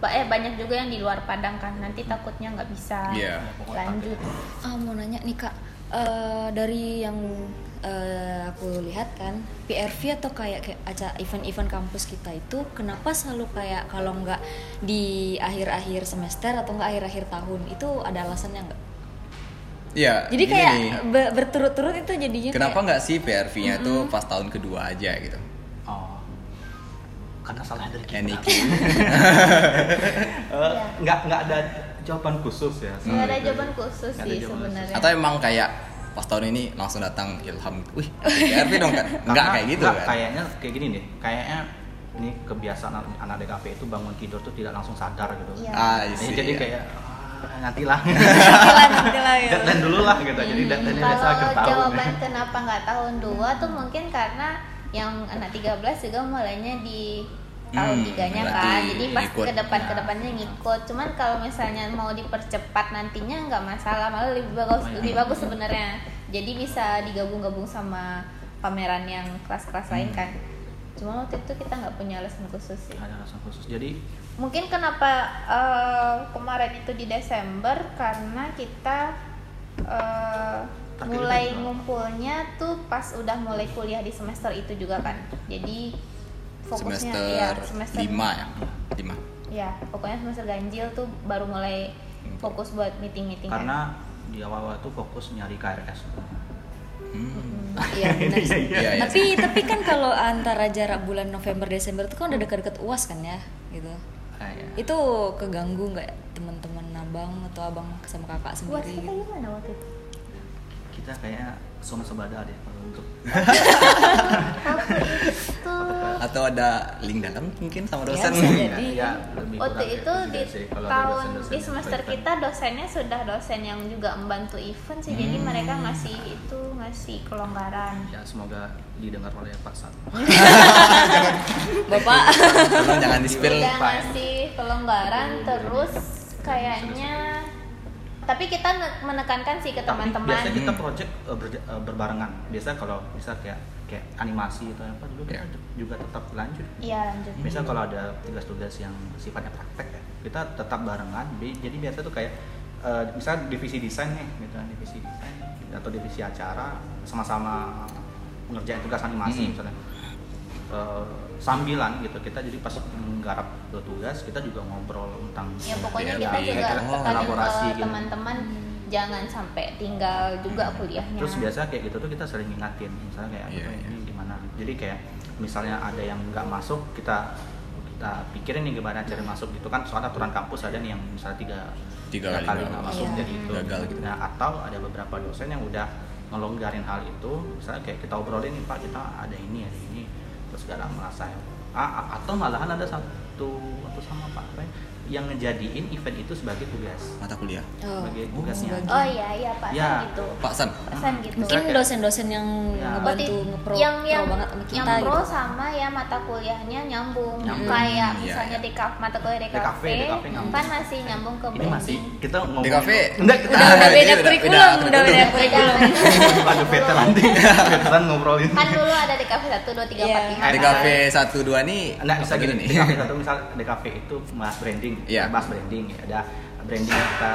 Speaker 4: ba- eh banyak juga yang di luar Padang kan nanti takutnya nggak bisa
Speaker 1: Iya.
Speaker 3: ya, pokoknya
Speaker 4: lanjut.
Speaker 3: target.
Speaker 2: Ah mau nanya nih kak, Eh, dari yang eh, aku lihat kan PRV atau kayak kayak acara event-event kampus kita itu kenapa selalu kayak kalau nggak di akhir-akhir semester atau nggak akhir-akhir tahun itu ada alasannya nggak?
Speaker 1: Iya.
Speaker 2: Jadi
Speaker 1: gini
Speaker 2: kayak
Speaker 1: nih.
Speaker 2: be- berturut-turut itu jadinya
Speaker 1: Kenapa
Speaker 2: Iya, kayak,
Speaker 1: nggak sih PRV-nya tuh pas tahun kedua aja gitu?
Speaker 3: oh karena salah dari kita
Speaker 1: Any
Speaker 4: Iya.
Speaker 3: Eh, nggak nggak ada jawaban khusus ya
Speaker 4: Nggak
Speaker 3: soal
Speaker 4: ada
Speaker 3: itu.
Speaker 4: jawaban khusus
Speaker 3: Nggak ada jawaban
Speaker 4: sih
Speaker 2: Iya.
Speaker 3: khusus.
Speaker 4: sebenarnya.
Speaker 1: Atau emang kayak pas tahun ini langsung datang ilham, wih PRV dong kan? Nggak
Speaker 3: Karena-
Speaker 1: kayak gitu
Speaker 3: nggak,
Speaker 1: kan?
Speaker 3: kayaknya kayak gini deh kayaknya ini kebiasaan anak- anak DKP itu bangun tidur tuh tidak langsung sadar gitu
Speaker 4: Iya.
Speaker 1: Ah, I
Speaker 3: Jadi,
Speaker 1: see.
Speaker 3: jadi kayak "Ah, nantilah
Speaker 2: Nantilah, nantilah ya.
Speaker 3: deadline dulu lah gitu jadi deadline biasa akhir
Speaker 4: Hmm, Kalau
Speaker 3: tahun
Speaker 4: jawaban kenapa nggak tahun 2 tuh mungkin karena yang anak 13 juga mulainya di tahun
Speaker 1: Hmm,
Speaker 4: tiganya
Speaker 1: berarti
Speaker 4: kan jadi pas
Speaker 1: ngikut. Nah.
Speaker 4: ke depan ke depannya ngikut cuman kalau misalnya mau dipercepat nantinya nggak masalah malah lebih
Speaker 3: Oh,
Speaker 4: bagus
Speaker 3: iya.
Speaker 4: lebih bagus sebenarnya jadi bisa digabung-gabung sama pameran yang kelas-kelas lain
Speaker 1: Hmm.
Speaker 4: kan cuma waktu itu kita nggak punya alasan khusus sih
Speaker 3: ada alasan khusus jadi
Speaker 4: mungkin kenapa eh, kemarin itu di Desember karena kita eh,
Speaker 3: Targetnya
Speaker 4: mulai
Speaker 3: berapa?
Speaker 4: ngumpulnya tuh pas udah mulai kuliah di semester itu juga kan jadi fokusnya
Speaker 1: semester,
Speaker 2: iya,
Speaker 4: ya
Speaker 1: lima ya, lima.
Speaker 4: ya pokoknya semester ganjil tuh baru mulai fokus buat meeting meeting
Speaker 3: karena di awal-awal tuh fokus nyari KRS
Speaker 1: Hmm.
Speaker 2: Iya benar sih.
Speaker 1: Iya, iya.
Speaker 2: tapi tapi kan kalau antara jarak bulan November Desember itu kan udah dekat-dekat uas kan ya gitu.
Speaker 3: Ah,
Speaker 1: Iya.
Speaker 3: ya.
Speaker 2: Itu keganggu nggak teman-teman abang atau abang sama kakak
Speaker 4: buat
Speaker 2: sendiri?
Speaker 4: kita
Speaker 2: gitu?
Speaker 4: gimana waktu itu
Speaker 3: kita kayaknya sama sebada deh kalau untuk
Speaker 4: waktu itu
Speaker 3: atau ke
Speaker 1: atau ada link dalam mungkin sama
Speaker 4: Iya,
Speaker 2: Ya,
Speaker 1: dosen
Speaker 2: bisa
Speaker 3: Ya,
Speaker 2: jadi.
Speaker 3: ya, lebih
Speaker 4: Waktu
Speaker 3: kurang
Speaker 4: itu
Speaker 3: kayak
Speaker 4: di
Speaker 3: gitu sih, kalau ada
Speaker 4: tahun
Speaker 3: dosen-dosen
Speaker 4: di
Speaker 3: yang kan.
Speaker 4: semester
Speaker 3: baik-baik.
Speaker 4: kita dosennya sudah dosen yang juga membantu event sih, jadi
Speaker 1: Hmm.
Speaker 4: mereka ngasih itu ngasih kelonggaran.
Speaker 3: ya semoga didengar oleh Pak Sat
Speaker 2: Bapak
Speaker 1: Tolong jangan di spill
Speaker 2: Iya.
Speaker 4: Udah
Speaker 3: Pak.
Speaker 4: ngasih kelonggaran terus kayaknya tapi kita ne- menekankan sih ke
Speaker 3: tapi
Speaker 4: teman-teman.
Speaker 3: biasanya kita
Speaker 1: Hmm.
Speaker 3: project eh, berja- eh, berbarengan biasanya kalau bisa kayak kayak animasi atau apa dulu
Speaker 1: Iya.
Speaker 3: kita juga tetap lanjut
Speaker 4: Iya lanjut.
Speaker 3: Misal kalau ada tugas-tugas yang sifatnya praktek ya, kita tetap barengan. Bi- Jadi biasa tuh kayak eh, misal divisi desain nih, gitu kan, divisi desain atau divisi acara sama-sama ngerjain tugas animasi
Speaker 1: Hmm.
Speaker 3: misalnya. Eh, sambilan gitu kita jadi pas menggarap dua tugas kita juga ngobrol tentang
Speaker 4: Ya pokoknya
Speaker 1: Iya,
Speaker 4: kita
Speaker 1: iya,
Speaker 4: juga
Speaker 1: kita
Speaker 4: tekanin
Speaker 3: kolaborasi
Speaker 4: ke
Speaker 3: gitu. Hmm.
Speaker 4: teman-teman jangan sampai tinggal juga kuliahnya.
Speaker 3: Terus biasa kayak gitu tuh kita sering ingatin, misalnya kayak
Speaker 1: Iya,
Speaker 3: "Oh,
Speaker 1: iya.
Speaker 3: ini gimana. Jadi kayak misalnya ada yang nggak masuk, kita kita pikirin nih gimana cara masuk gitu kan. Soalnya aturan kampus ada nih yang misalnya tiga,
Speaker 1: Tiga kali nggak
Speaker 3: nggak
Speaker 2: masuk.
Speaker 3: masuk
Speaker 2: Iya.
Speaker 3: jadi itu.
Speaker 1: Gagal gitu.
Speaker 3: Nah atau ada beberapa dosen yang udah ngelonggarin hal itu, misalnya kayak kita obrolin nih pak kita ada ini ada ini, terus gak ada merasa ya. Ah, atau malahan ada satu atau sama pak apa ya, yang ngejadiin event itu sebagai tugas,
Speaker 1: mata kuliah.
Speaker 2: Oh,
Speaker 3: sebagai tugasnya.
Speaker 2: sebagai-
Speaker 4: Oh iya iya Pak
Speaker 3: Ya.
Speaker 4: San gitu.
Speaker 1: Pak San,
Speaker 4: Pesan gitu.
Speaker 2: mungkin
Speaker 1: Iya.
Speaker 2: dosen-dosen yang
Speaker 3: Ya.
Speaker 2: ngebantu
Speaker 4: Berarti
Speaker 2: ngepro
Speaker 4: yang
Speaker 2: pro
Speaker 4: yang
Speaker 2: banget sama kita
Speaker 4: yang pro
Speaker 2: gitu.
Speaker 4: sama ya mata kuliahnya nyambung,
Speaker 3: Nyambung.
Speaker 4: kayak
Speaker 1: Iya,
Speaker 4: misalnya
Speaker 1: iya.
Speaker 4: di kaf mata kuliah di
Speaker 3: Di kafe,
Speaker 4: kafe,
Speaker 3: di kafe nyambung.
Speaker 4: kan masih nyambung ke
Speaker 3: Ini masih kita ngomong
Speaker 1: di kafe.
Speaker 3: Enggak, kita
Speaker 2: Udah, udah beda
Speaker 1: Iya, udah-
Speaker 2: kurikulum,
Speaker 1: udah-
Speaker 2: udah beda
Speaker 1: udah-
Speaker 2: kurikulum.
Speaker 3: Waduh veteran nih, veteran ngobrolin.
Speaker 4: kan dulu ada di kafe satu dua tiga
Speaker 2: Iya.
Speaker 4: empat lima
Speaker 1: di
Speaker 4: kan?
Speaker 1: kafe satu dua nih.
Speaker 3: Nah, bisa
Speaker 1: apa
Speaker 3: gini
Speaker 1: dulu
Speaker 3: nih. Kafe satu misal di kafe itu bahas branding,
Speaker 1: Iya.
Speaker 3: bahas branding ya. Ada branding kita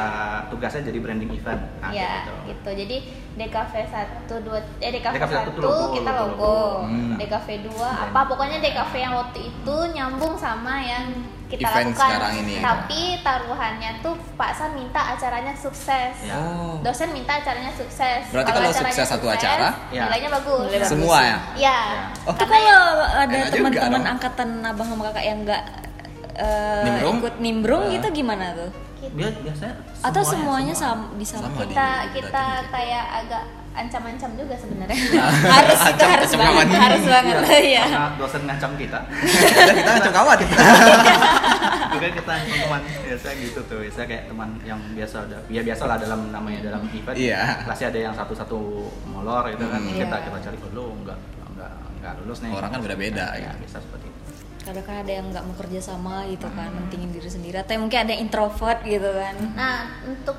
Speaker 3: tugasnya jadi branding event. Nah,
Speaker 4: ya
Speaker 3: kayak gitu.
Speaker 4: gitu jadi DKV satu dua eh DKV
Speaker 3: DKV satu tuh
Speaker 4: satu
Speaker 3: logo,
Speaker 4: kita
Speaker 3: logo,
Speaker 4: logo
Speaker 1: logo.
Speaker 4: DKV dua
Speaker 3: Hmm.
Speaker 4: apa pokoknya DKV yang waktu itu nyambung sama yang kita
Speaker 1: Event
Speaker 4: lakukan
Speaker 1: sekarang ini. ya.
Speaker 4: tapi taruhannya tuh Pak San minta acaranya sukses
Speaker 3: Ya.
Speaker 1: Oh,
Speaker 4: dosen minta acaranya sukses
Speaker 1: Berarti kalau
Speaker 4: acaranya
Speaker 1: sukses satu acara,
Speaker 3: ya.
Speaker 4: nilainya bagus
Speaker 2: Nilai bagus.
Speaker 1: semua ya.
Speaker 4: ya
Speaker 1: Oh.
Speaker 2: Itu kalau ada
Speaker 1: Enak juga
Speaker 2: teman-teman
Speaker 1: dong.
Speaker 2: angkatan abang sama kakak yang nggak eh,
Speaker 1: Nimbrung?
Speaker 2: ikut nimbrung
Speaker 1: Ah.
Speaker 2: gitu gimana tuh?
Speaker 4: kita,
Speaker 3: Biar biasanya
Speaker 2: Atau semuanya,
Speaker 3: semua.
Speaker 2: sama bisa
Speaker 1: Sama.
Speaker 4: kita
Speaker 1: di-
Speaker 4: kita
Speaker 1: berarti gitu.
Speaker 4: kayak agak ancam-ancam juga sebenarnya
Speaker 1: Ya.
Speaker 2: harus itu
Speaker 1: Acam-
Speaker 2: harus
Speaker 1: acam
Speaker 2: banget
Speaker 1: kawan.
Speaker 2: harus banget
Speaker 1: Iya.
Speaker 2: ya.
Speaker 3: Karena dosen ngancam kita.
Speaker 1: Udah, kita ngacung kawan.
Speaker 3: juga kita teman biasa gitu tuh biasa kayak teman yang biasa ada ya biasa lah dalam namanya dalam event
Speaker 1: Iya.
Speaker 3: pasti ada yang satu satu molor gitu kan
Speaker 1: Hmm.
Speaker 3: kita
Speaker 2: Iya.
Speaker 3: kita cari dulu enggak enggak enggak lulus nih
Speaker 1: Orang kan beda-beda,
Speaker 3: ya,
Speaker 1: gitu.
Speaker 3: bisa seperti itu
Speaker 2: Kadang kan ada yang nggak mau kerja sama gitu kan, mentingin diri sendiri. Atau yang mungkin ada yang introvert gitu kan.
Speaker 4: Nah, untuk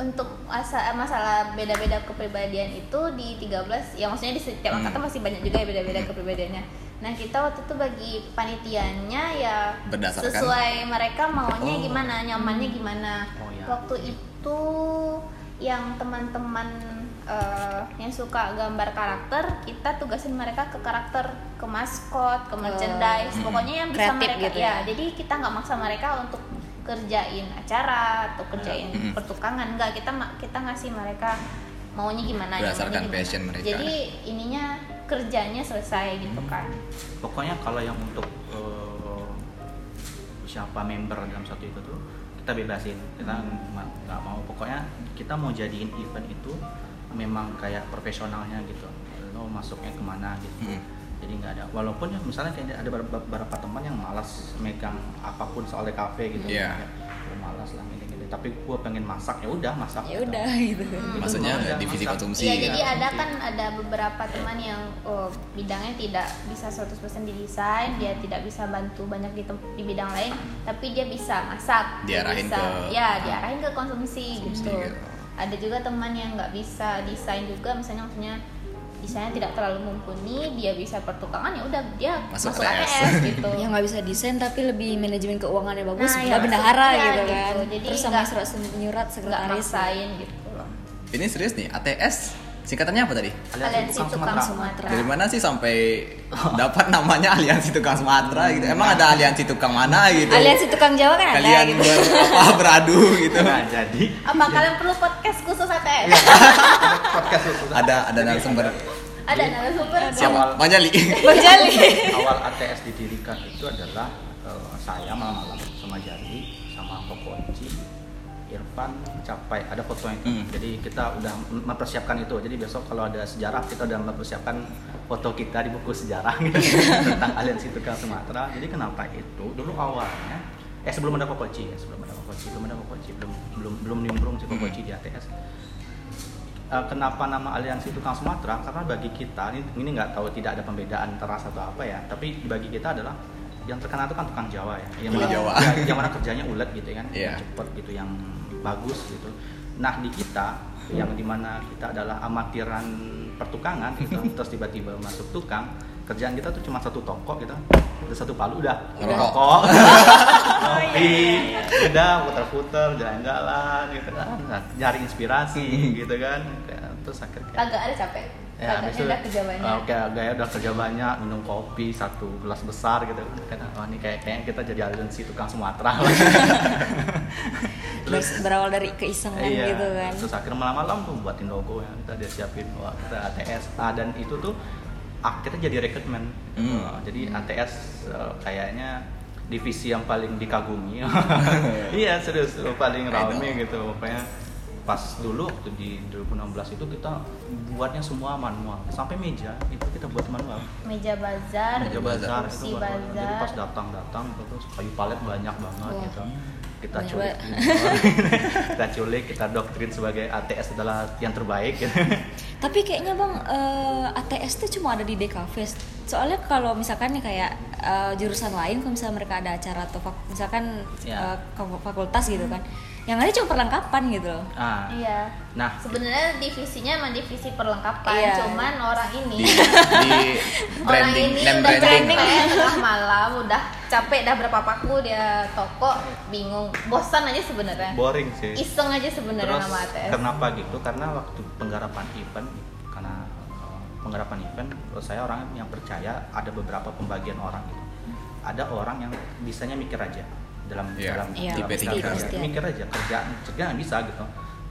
Speaker 4: untuk masa- eh, masalah beda-beda kepribadian itu di 13 ya maksudnya di setiap
Speaker 1: Hmm.
Speaker 4: angkatan masih banyak juga ya beda-beda kepribadiannya. Nah, kita waktu itu bagi panitianya ya
Speaker 1: Berdasarkan?
Speaker 4: sesuai mereka maunya
Speaker 1: Oh.
Speaker 4: gimana, nyamannya gimana.
Speaker 3: Oh, ya.
Speaker 4: Waktu itu yang teman-teman eh, yang suka gambar karakter, kita tugasin mereka ke karakter, ke maskot, ke merchandise,
Speaker 1: Hmm.
Speaker 4: pokoknya yang
Speaker 2: Kreatif
Speaker 4: bisa mereka
Speaker 2: gitu
Speaker 4: ya.
Speaker 2: ya.
Speaker 4: Jadi kita nggak maksa mereka untuk kerjain acara atau kerjain
Speaker 1: Mm-mm.
Speaker 4: pertukangan nggak kita ma- kita ngasih mereka maunya gimana nyamannya
Speaker 1: Berdasarkan
Speaker 4: gimana.
Speaker 1: passion mereka.
Speaker 4: Jadi ininya kerjanya selesai gitu kan.
Speaker 3: pokoknya kalau yang untuk eh, siapa member dalam satu itu tuh kita bebasin kita
Speaker 1: Hmm.
Speaker 3: nggak- nggak mau pokoknya kita mau jadiin event itu memang kayak profesionalnya gitu lo masuknya kemana gitu
Speaker 1: Hmm.
Speaker 3: jadi nggak ada walaupun ya misalnya kayak ada beberapa, beberapa teman yang malas megang apapun soal di kafe gitu
Speaker 1: Iya.
Speaker 3: Kayak, "Gua malas lah gini gini tapi gue pengen masak ya udah masak
Speaker 2: Ya
Speaker 3: gitu.
Speaker 2: udah gitu.
Speaker 4: Hmm.
Speaker 1: Maksudnya
Speaker 3: Itu
Speaker 1: divisi
Speaker 3: masak.
Speaker 1: konsumsi.
Speaker 4: Iya, jadi
Speaker 3: Iya.
Speaker 4: ada kan ada beberapa teman yang oh, bidangnya tidak bisa 100% di desain, dia tidak bisa bantu banyak di, tem- di bidang lain, tapi dia bisa masak. dia
Speaker 1: Diarahin
Speaker 4: bisa-
Speaker 1: ke-
Speaker 4: ya, diarahin ke konsumsi,
Speaker 1: Konsumsi
Speaker 4: gitu.
Speaker 1: gitu.
Speaker 4: Ada juga teman yang nggak bisa desain juga, misalnya maksudnya desainnya tidak terlalu mumpuni, dia bisa pertukangan ya udah dia
Speaker 1: Masuk
Speaker 4: masuk,
Speaker 1: ATS.
Speaker 4: ATS, gitu.
Speaker 2: Yang nggak bisa desain tapi lebih manajemen keuangannya bagus,
Speaker 4: Nah,
Speaker 2: nah,
Speaker 4: ya,
Speaker 2: bendahara
Speaker 4: maksudnya
Speaker 2: gitu
Speaker 4: gitu.
Speaker 2: kan.
Speaker 4: Jadi
Speaker 2: Terus sama
Speaker 4: nggak-
Speaker 2: surat menyurat
Speaker 4: nggak
Speaker 2: sekretaris.
Speaker 4: maksain gitu loh.
Speaker 1: Ini serius nih, ATS singkatannya apa tadi?
Speaker 4: Aliansi Tukang Sumatera.
Speaker 1: Dari mana sih sampai dapat namanya aliansi tukang Sumatera gitu? Emang ada aliansi tukang mana gitu?
Speaker 2: Aliansi tukang Jawa kan ada
Speaker 1: Kalian
Speaker 2: gitu.
Speaker 1: ber, apa, beradu gitu?
Speaker 3: Nah, jadi
Speaker 4: Apa kalian perlu podcast khusus ATS?
Speaker 3: Iya. podcast khusus.
Speaker 1: Iya. Ada ada narasumber
Speaker 4: Ada narasumber
Speaker 1: siapa? Bang Jali.
Speaker 2: Bang Jali.
Speaker 3: awal ATS didirikan itu adalah eh, saya malam-malam sama Jari sama Koko Oci Irfan capai ada fotonya itu.
Speaker 1: Hmm.
Speaker 3: Jadi kita udah mempersiapkan itu. Jadi besok kalau ada sejarah kita udah mempersiapkan foto kita di buku sejarah tentang aliansi Tegal Sumatera. Jadi kenapa itu? Dulu awalnya eh sebelum ada Kokoci ya, sebelum ada Kokoci, belum ada Kokoci, belum belum belum nimbrung si Kokoci
Speaker 1: Hmm.
Speaker 3: di ATS. Eh, kenapa nama aliansi tukang Sumatera? Karena bagi kita ini ini nggak tahu tidak ada pembedaan teras atau apa ya, tapi bagi kita adalah yang terkenal itu kan tukang Jawa ya, yang
Speaker 1: Tukang
Speaker 3: mana-
Speaker 1: Jawa.
Speaker 3: ya, yang mana kerjanya ulet gitu kan,
Speaker 1: Iya.
Speaker 3: yang cepet gitu, yang bagus gitu. Nah di kita yang dimana kita adalah amatiran pertukangan gitu, terus tiba-tiba masuk tukang, kerjaan kita tuh cuma satu toko gitu, ada satu palu udah
Speaker 1: Ngerokok.
Speaker 4: Oh, iya,
Speaker 3: ngopi, udah puter-puter, jalan-jalan gitu kan, nyari inspirasi gitu kan, Kayak- terus akhirnya
Speaker 4: Agak ada capek.
Speaker 3: ya
Speaker 4: Agaknya
Speaker 3: habis itu
Speaker 4: udah kerja banyak.
Speaker 1: uh,
Speaker 3: eh, kayak gaya udah kerja banyak minum kopi satu gelas besar gitu karena oh ini kayak kayaknya kita jadi aliansi tukang Sumatera
Speaker 2: Terus berawal dari keisengan
Speaker 3: Iya.
Speaker 2: gitu kan.
Speaker 3: terus akhirnya malam-malam tuh buatin logo ya kita dia siapin wah kita ATS Ah, dan itu tuh akhirnya jadi rekrutmen
Speaker 1: Hmm.
Speaker 3: Eh, jadi ATS eh, kayaknya divisi yang paling dikagumi iya serius eh, paling rame gitu pokoknya pas dulu waktu di 2016 itu kita buatnya semua manual sampai meja itu kita buat manual
Speaker 4: Meja bazar.
Speaker 1: Meja bazar.
Speaker 4: Kursi
Speaker 3: itu baru-
Speaker 4: bazar.
Speaker 3: jadi pas datang datang terus kayu palet banyak banget
Speaker 2: Wah.
Speaker 3: gitu kita
Speaker 2: Banyak
Speaker 3: culik gitu. kita culik kita doktrin sebagai ATS adalah yang terbaik gitu.
Speaker 2: Tapi kayaknya bang eh, ATS tuh cuma ada di DKV. Soalnya kalau misalkan nih kayak eh, jurusan lain, kalau misalnya mereka ada acara atau fak- misalkan eh,
Speaker 3: Ya.
Speaker 2: ke- fakultas gitu kan, yang ada cuma perlengkapan gitu loh.
Speaker 3: ah
Speaker 4: Iya.
Speaker 3: nah
Speaker 4: Sebenarnya divisinya emang divisi perlengkapan,
Speaker 2: Iya.
Speaker 4: cuman orang
Speaker 1: di,
Speaker 4: ini
Speaker 1: di
Speaker 4: orang
Speaker 1: branding,
Speaker 4: ini
Speaker 1: name
Speaker 4: udah ya?
Speaker 1: branding.
Speaker 4: capek tengah malam, udah capek dah berapa paku dia toko, bingung, bosan aja sebenarnya.
Speaker 3: boring sih
Speaker 4: Iseng aja sebenarnya
Speaker 3: terus
Speaker 4: nama ATS.
Speaker 3: kenapa gitu karena waktu penggarapan event karena eh, penggarapan event terus saya orang yang percaya ada beberapa pembagian orang gitu ada orang yang bisanya mikir aja dalam
Speaker 1: Iya,
Speaker 3: dalam,
Speaker 2: iya,
Speaker 3: dalam
Speaker 1: pasti,
Speaker 3: kerja.
Speaker 2: pasti ada.
Speaker 3: mikir aja kerjaan kerjaan bisa gitu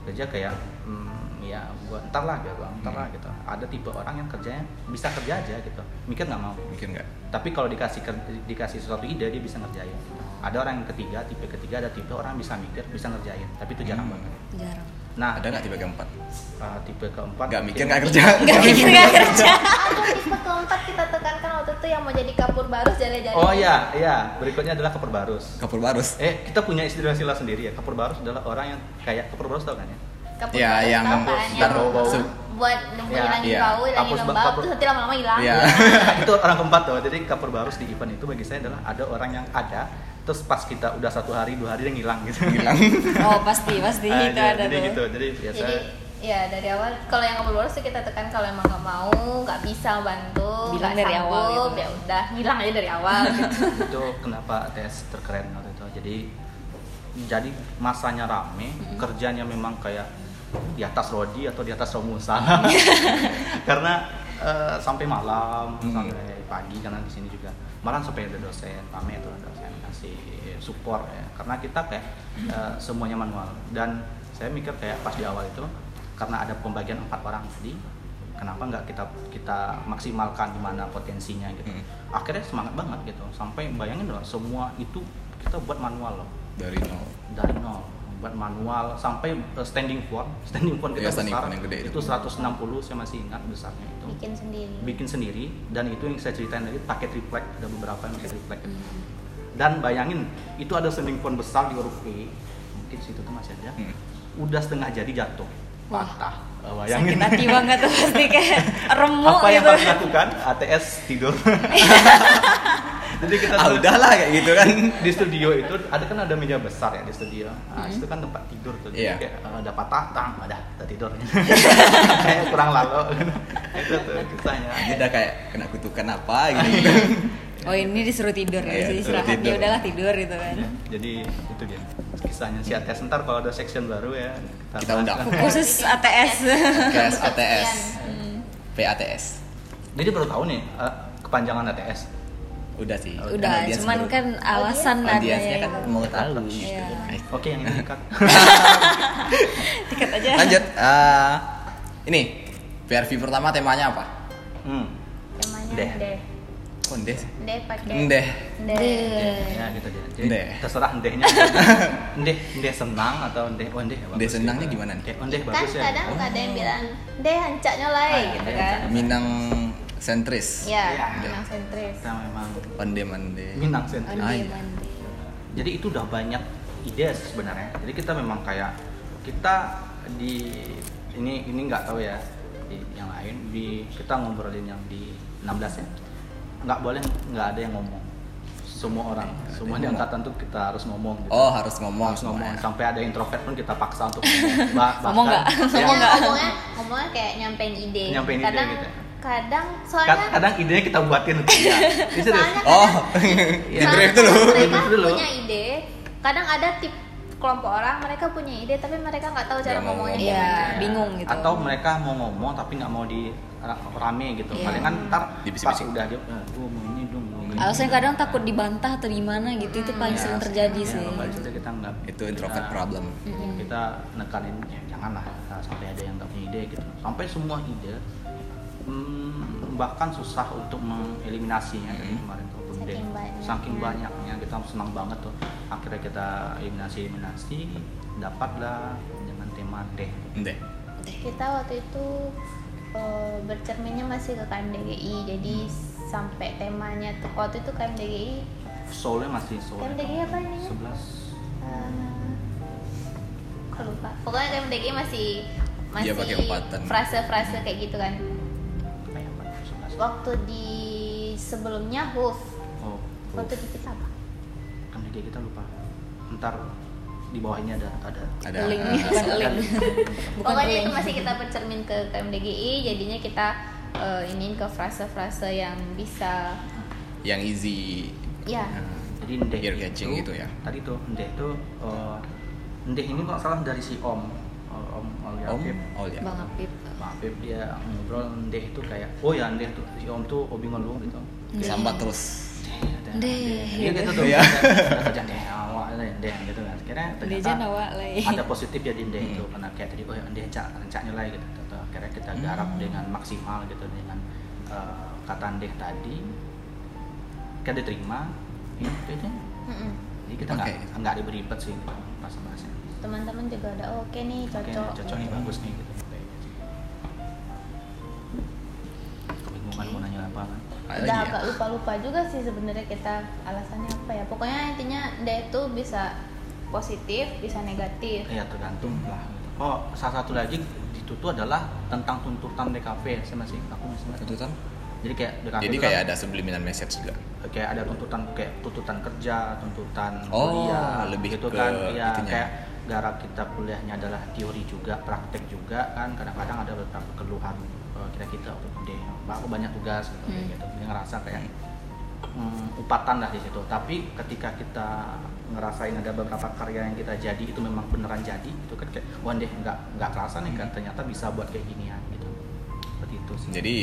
Speaker 3: kerja kayak hmm, ya gua entar lah gitu entar
Speaker 1: Hmm.
Speaker 3: lah gitu ada tipe orang yang kerjanya bisa kerja aja gitu mikir nggak mau
Speaker 1: Mungkin nggak?
Speaker 3: tapi kalau dikasih ker- dikasih sesuatu ide dia bisa ngerjain ada orang yang ketiga tipe ketiga ada tipe orang yang bisa mikir bisa ngerjain tapi itu jarang
Speaker 1: Hmm.
Speaker 3: banget
Speaker 2: Jarang.
Speaker 3: nah
Speaker 1: Ada nggak tipe keempat?
Speaker 3: eh, tipe keempat
Speaker 1: Nggak mikir gitu.
Speaker 3: mungkin-
Speaker 1: nggak kerja.
Speaker 2: Gak mikir gak kerja.
Speaker 4: Atau tipe keempat kita tekankan waktu itu yang mau jadi kapur baru jadi-jadi.
Speaker 3: oh iya iya berikutnya adalah keperbarus
Speaker 1: Kapur barus.
Speaker 3: eh kita punya istilah-istilah sendiri ya keperbarus adalah orang yang kayak keperbarus tau kan ya
Speaker 4: Kapur
Speaker 1: Iya,
Speaker 4: baru
Speaker 1: yang
Speaker 4: tambahan
Speaker 1: kampus,
Speaker 4: yang
Speaker 1: taruh bau. Sup.
Speaker 4: buat ngilangin
Speaker 1: Iya,
Speaker 4: bau,
Speaker 3: iya.
Speaker 4: ngilangin
Speaker 3: Kapus-
Speaker 4: lembab,
Speaker 3: kapur-
Speaker 4: terus nanti lama-lama hilang.
Speaker 1: Iya.
Speaker 3: Nah, itu orang keempat tuh jadi keperbarus di event itu bagi saya adalah ada orang yang ada terus pas kita udah satu hari dua hari dia ngilang gitu
Speaker 1: Bilang.
Speaker 2: Oh pasti pasti
Speaker 3: Ah,
Speaker 2: itu
Speaker 1: iya,
Speaker 3: jadi,
Speaker 2: ada
Speaker 3: jadi
Speaker 2: tuh.
Speaker 3: gitu jadi biasa
Speaker 4: Jadi ya dari awal kalau yang kabur bolos tuh kita tekan kalau emang nggak mau, nggak bisa bantu,
Speaker 2: Bilang
Speaker 4: nggak
Speaker 2: dari
Speaker 4: sanggup,
Speaker 2: awal gitu.
Speaker 4: ya udah hilang aja dari awal. gitu.
Speaker 3: itu kenapa tes terkeren waktu itu jadi jadi masanya rame kerjanya memang kayak di atas Rodi atau di atas Romusa karena eh, sampai malam
Speaker 1: Hmm.
Speaker 3: sampai pagi karena di sini juga malam sampai ada dosen rame itu ada dosen kasih support ya karena kita kayak eh, semuanya manual dan saya mikir kayak pas di awal itu karena ada pembagian empat orang tadi kenapa nggak kita kita maksimalkan di mana potensinya gitu
Speaker 1: Hmm.
Speaker 3: akhirnya semangat banget gitu sampai bayangin loh semua itu kita buat manual loh
Speaker 1: Dari nol.
Speaker 3: dari nol buat manual sampai eh, standing form standing form kita
Speaker 1: Iya, standing
Speaker 3: besar
Speaker 1: form yang gede itu.
Speaker 3: itu 160 saya masih ingat besarnya itu
Speaker 4: Bikin sendiri.
Speaker 3: bikin sendiri dan itu yang saya ceritain tadi paket reflect ada beberapa yang paket reflect
Speaker 2: Hmm.
Speaker 3: dan bayangin itu ada standing form besar di huruf E mungkin situ tuh masih ada
Speaker 1: Hmm.
Speaker 3: udah setengah jadi jatuh
Speaker 2: Wah.
Speaker 3: patah Eh,
Speaker 2: Sakit
Speaker 3: bayangin
Speaker 2: hati banget tuh pasti kayak remuk
Speaker 3: apa yang
Speaker 2: gitu.
Speaker 3: harus dilakukan ATS tidur jadi kita
Speaker 1: Ah
Speaker 3: tuh-
Speaker 1: udahlah kayak gitu kan.
Speaker 3: di studio itu ada kan ada meja besar ya di studio nah, itu
Speaker 4: Mm-hmm.
Speaker 3: kan tempat tidur tuh jadi
Speaker 1: Iya.
Speaker 3: kayak eh, ada patah tang ada kita tidur kayak kurang lalu itu tuh kisahnya
Speaker 1: Ini udah kayak kena kutukan apa gitu.
Speaker 2: Oh ini disuruh tidur
Speaker 1: Iya,
Speaker 2: ya, jadi
Speaker 1: disuruh
Speaker 2: istirahat
Speaker 1: tidur. Iya.
Speaker 2: ya udahlah tidur gitu kan.
Speaker 3: Ya, jadi itu dia kisahnya si Ates ntar kalau ada section baru ya
Speaker 1: Kita
Speaker 3: bahas
Speaker 1: undang.
Speaker 3: lah.
Speaker 2: Khusus ATS.
Speaker 1: Tes
Speaker 4: Kesekian.
Speaker 1: ATS,
Speaker 4: Hmm.
Speaker 1: PATS.
Speaker 3: jadi baru tahu nih eh, kepanjangan ATS
Speaker 1: Udah sih.
Speaker 3: Udah,
Speaker 2: Udah,
Speaker 1: audiens
Speaker 2: cuman
Speaker 1: baru.
Speaker 2: kan alasan ya. ada
Speaker 1: audiensnya
Speaker 2: yang
Speaker 1: kan mau tahu.
Speaker 2: Iya.
Speaker 1: Baik.
Speaker 3: oke yang ini cut.
Speaker 2: tiket aja.
Speaker 1: Lanjut. eh, ini PRV pertama temanya apa?
Speaker 3: hmm.
Speaker 4: Temanya
Speaker 3: Deh.
Speaker 4: deh.
Speaker 1: Oh, ndeh sih.
Speaker 4: Ndeh pakai
Speaker 1: Ndeh.
Speaker 4: Ndeh.
Speaker 3: ya gitu jadi, jadi
Speaker 1: Ndeh.
Speaker 3: terserah ndehnya ndeh ndeh senang atau ndeh oh ndeh bagus
Speaker 1: Ndeh senangnya
Speaker 3: gitu.
Speaker 1: gimana nih?
Speaker 3: Ndeh- oh, ndeh
Speaker 4: Kan
Speaker 3: bagus ya
Speaker 4: kadang
Speaker 3: Oh,
Speaker 4: ada yang bilang Ndeh hancaknya lain
Speaker 3: Ah,
Speaker 4: gitu
Speaker 3: Ndeh
Speaker 4: kan.
Speaker 3: hancaknya.
Speaker 1: Minang sentris.
Speaker 4: Ya,
Speaker 3: Iya.
Speaker 4: menang sentris.
Speaker 3: kita memang
Speaker 1: Onde mande.
Speaker 3: minang
Speaker 4: Oh,
Speaker 3: sentris
Speaker 1: Ah,
Speaker 2: Ande
Speaker 1: iya.
Speaker 2: mande.
Speaker 3: jadi itu udah banyak ide sebenarnya jadi kita memang kayak kita di ini ini nggak tahu ya di yang lain di kita ngobrolin yang di 16 ya nggak boleh nggak ada yang ngomong semua orang
Speaker 1: ada
Speaker 3: semua
Speaker 1: yang
Speaker 3: di
Speaker 1: ngomong.
Speaker 3: angkatan tuh kita harus ngomong gitu.
Speaker 1: Oh, harus ngomong ya.
Speaker 3: harus ngomong
Speaker 1: semuanya.
Speaker 3: sampai ada introvert pun kita paksa untuk ngomong Ba-
Speaker 2: Ngomong nggak?
Speaker 3: bahkan- ya,
Speaker 4: Iya,
Speaker 2: Ngomong nggak?
Speaker 4: ngomongnya, ngomongnya kayak nyampein ide.
Speaker 3: Nyampein ide
Speaker 4: kadang,
Speaker 3: gitu ya.
Speaker 4: Kadang
Speaker 3: kad-
Speaker 4: soalnya
Speaker 3: kadang idenya kita buatin untuk dia Ini serius.
Speaker 4: Soalnya-
Speaker 1: Oh,
Speaker 3: Iya.
Speaker 1: di brief
Speaker 4: Soalnya
Speaker 1: dulu.
Speaker 4: Mereka
Speaker 3: Brief dulu.
Speaker 4: punya ide. Kadang ada tip kelompok orang mereka punya ide tapi mereka nggak tahu cara
Speaker 1: Nggak mau
Speaker 4: ngomongnya
Speaker 2: Iya,
Speaker 4: gimana.
Speaker 2: bingung gitu.
Speaker 3: atau mereka mau ngomong tapi nggak mau di rame gitu
Speaker 2: Iya.
Speaker 3: palingan ntar pas
Speaker 1: Dibisik-bisik.
Speaker 3: udah dia "Ah, gua mau ini dong mau
Speaker 1: Iya.
Speaker 3: ini
Speaker 2: Alasannya kadang takut dibantah atau gimana gitu itu paling
Speaker 3: Ya,
Speaker 2: sering terjadi
Speaker 1: Iya,
Speaker 3: ya,
Speaker 2: sih.
Speaker 3: kalau itu kita nggak
Speaker 1: Itu introvert
Speaker 3: kita-
Speaker 1: problem.
Speaker 3: kita nekanin ya, janganlah nah, sampai ada yang nggak punya ide gitu sampai semua ide hmm, bahkan susah untuk mengeliminasinya dari
Speaker 1: Mhm.
Speaker 3: kemarin tuh
Speaker 4: Saking
Speaker 3: Bundeng.
Speaker 4: banyaknya.
Speaker 3: saking banyaknya kita senang banget tuh akhirnya kita eliminasi eliminasi dapatlah dengan tema teh
Speaker 1: Ndeh.
Speaker 4: Kita waktu itu eh, bercerminnya masih ke KMDGI jadi sampai temanya tuh waktu itu KMDGI
Speaker 3: soalnya masih soalnya
Speaker 4: KMDGI apa ini?
Speaker 3: sebelas
Speaker 4: eh, aku lupa pokoknya KMDGI masih
Speaker 1: Dia
Speaker 4: masih
Speaker 1: Iya, pakai empatan.
Speaker 4: frase-frase kayak gitu kan
Speaker 3: apa ya Pak? Sebelas.
Speaker 4: waktu di sebelumnya hoof
Speaker 3: Oh,
Speaker 4: waktu di kita apa
Speaker 3: kan dia kita lupa. Ntar di bawah ini ada ada.
Speaker 1: Ada.
Speaker 2: Link,
Speaker 1: eh,
Speaker 2: bukan link. Bukan
Speaker 4: Pokoknya
Speaker 2: link.
Speaker 4: itu masih kita bercermin ke KMDGI, jadinya kita eh, ingin ke frase-frase yang bisa,
Speaker 1: yang easy. Iya.
Speaker 4: ya,
Speaker 2: Iya.
Speaker 3: Jadi ndeh
Speaker 1: Ear catching
Speaker 3: itu-
Speaker 1: gitu ya.
Speaker 3: Tadi tuh ndeh itu eh, ndeh ini kok salah dari si Om. Eh, om
Speaker 1: Om,
Speaker 3: Om Yafib.
Speaker 1: oh ya.
Speaker 2: Bang Apip.
Speaker 3: Maaf Yafib, dia ngobrol ndeh itu kayak oh ya ndeh tuh si Om tuh obingan lu gitu.
Speaker 2: Ndeh.
Speaker 1: Sambat terus.
Speaker 3: Ndeh,
Speaker 2: Ndeh.
Speaker 3: Dia gitu tuh.
Speaker 1: Iya.
Speaker 3: Iya. Kerja ndeh awak ndeh gitu kan. Akhirnya
Speaker 2: Dia
Speaker 3: ternyata
Speaker 2: jangan awak lagi.
Speaker 3: ada positif ya di Indeh
Speaker 1: Eh. Hmm.
Speaker 3: itu karena kayak tadi oh ya Indeh cak rencaknya lah gitu Terus akhirnya kita
Speaker 1: Hmm.
Speaker 3: garap dengan maksimal gitu dengan eh, kata Indeh tadi kita diterima ya, itu aja
Speaker 4: Mm-mm.
Speaker 3: jadi kita nggak
Speaker 1: Oke.
Speaker 3: nggak diberibet sih gitu, bahasa bahasanya
Speaker 4: teman-teman juga ada oke nih
Speaker 3: oke
Speaker 4: cocok.
Speaker 3: cocok nih bagus nih gitu kebingungan mau nanya apa kan
Speaker 1: Ada
Speaker 4: Udah
Speaker 1: lagi ya?
Speaker 4: agak lupa-lupa juga sih sebenarnya kita alasannya apa ya. Pokoknya intinya dia itu bisa positif, bisa negatif.
Speaker 3: ya tergantung lah gitu. oh salah satu lagi itu tuh adalah tentang tuntutan DKP saya masih aku masih ingat.
Speaker 1: Tuntutan?
Speaker 3: jadi kayak DKP
Speaker 1: Jadi
Speaker 3: itu
Speaker 1: kayak
Speaker 3: kan-
Speaker 1: ada subliminal message juga.
Speaker 3: kayak ada tuntutan kayak tuntutan kerja, tuntutan
Speaker 1: Oh,
Speaker 3: kuliah,
Speaker 1: lebih
Speaker 3: gitu
Speaker 1: ke
Speaker 3: kan, ya
Speaker 1: itunya.
Speaker 3: kayak garap kita kuliahnya adalah teori juga, praktek juga kan, kadang-kadang ada beberapa keluhan eh, kita kita waktu gede, "Pak, aku banyak tugas gitu, kayak gitu. dia ngerasa kayak hmm, upatan lah di situ. Tapi ketika kita ngerasain ada beberapa karya yang kita jadi itu memang beneran jadi, itu kan kayak wah deh nggak nggak kerasa nih kan ternyata bisa buat kayak ginian gitu, seperti itu sih.
Speaker 1: Hmm. Jadi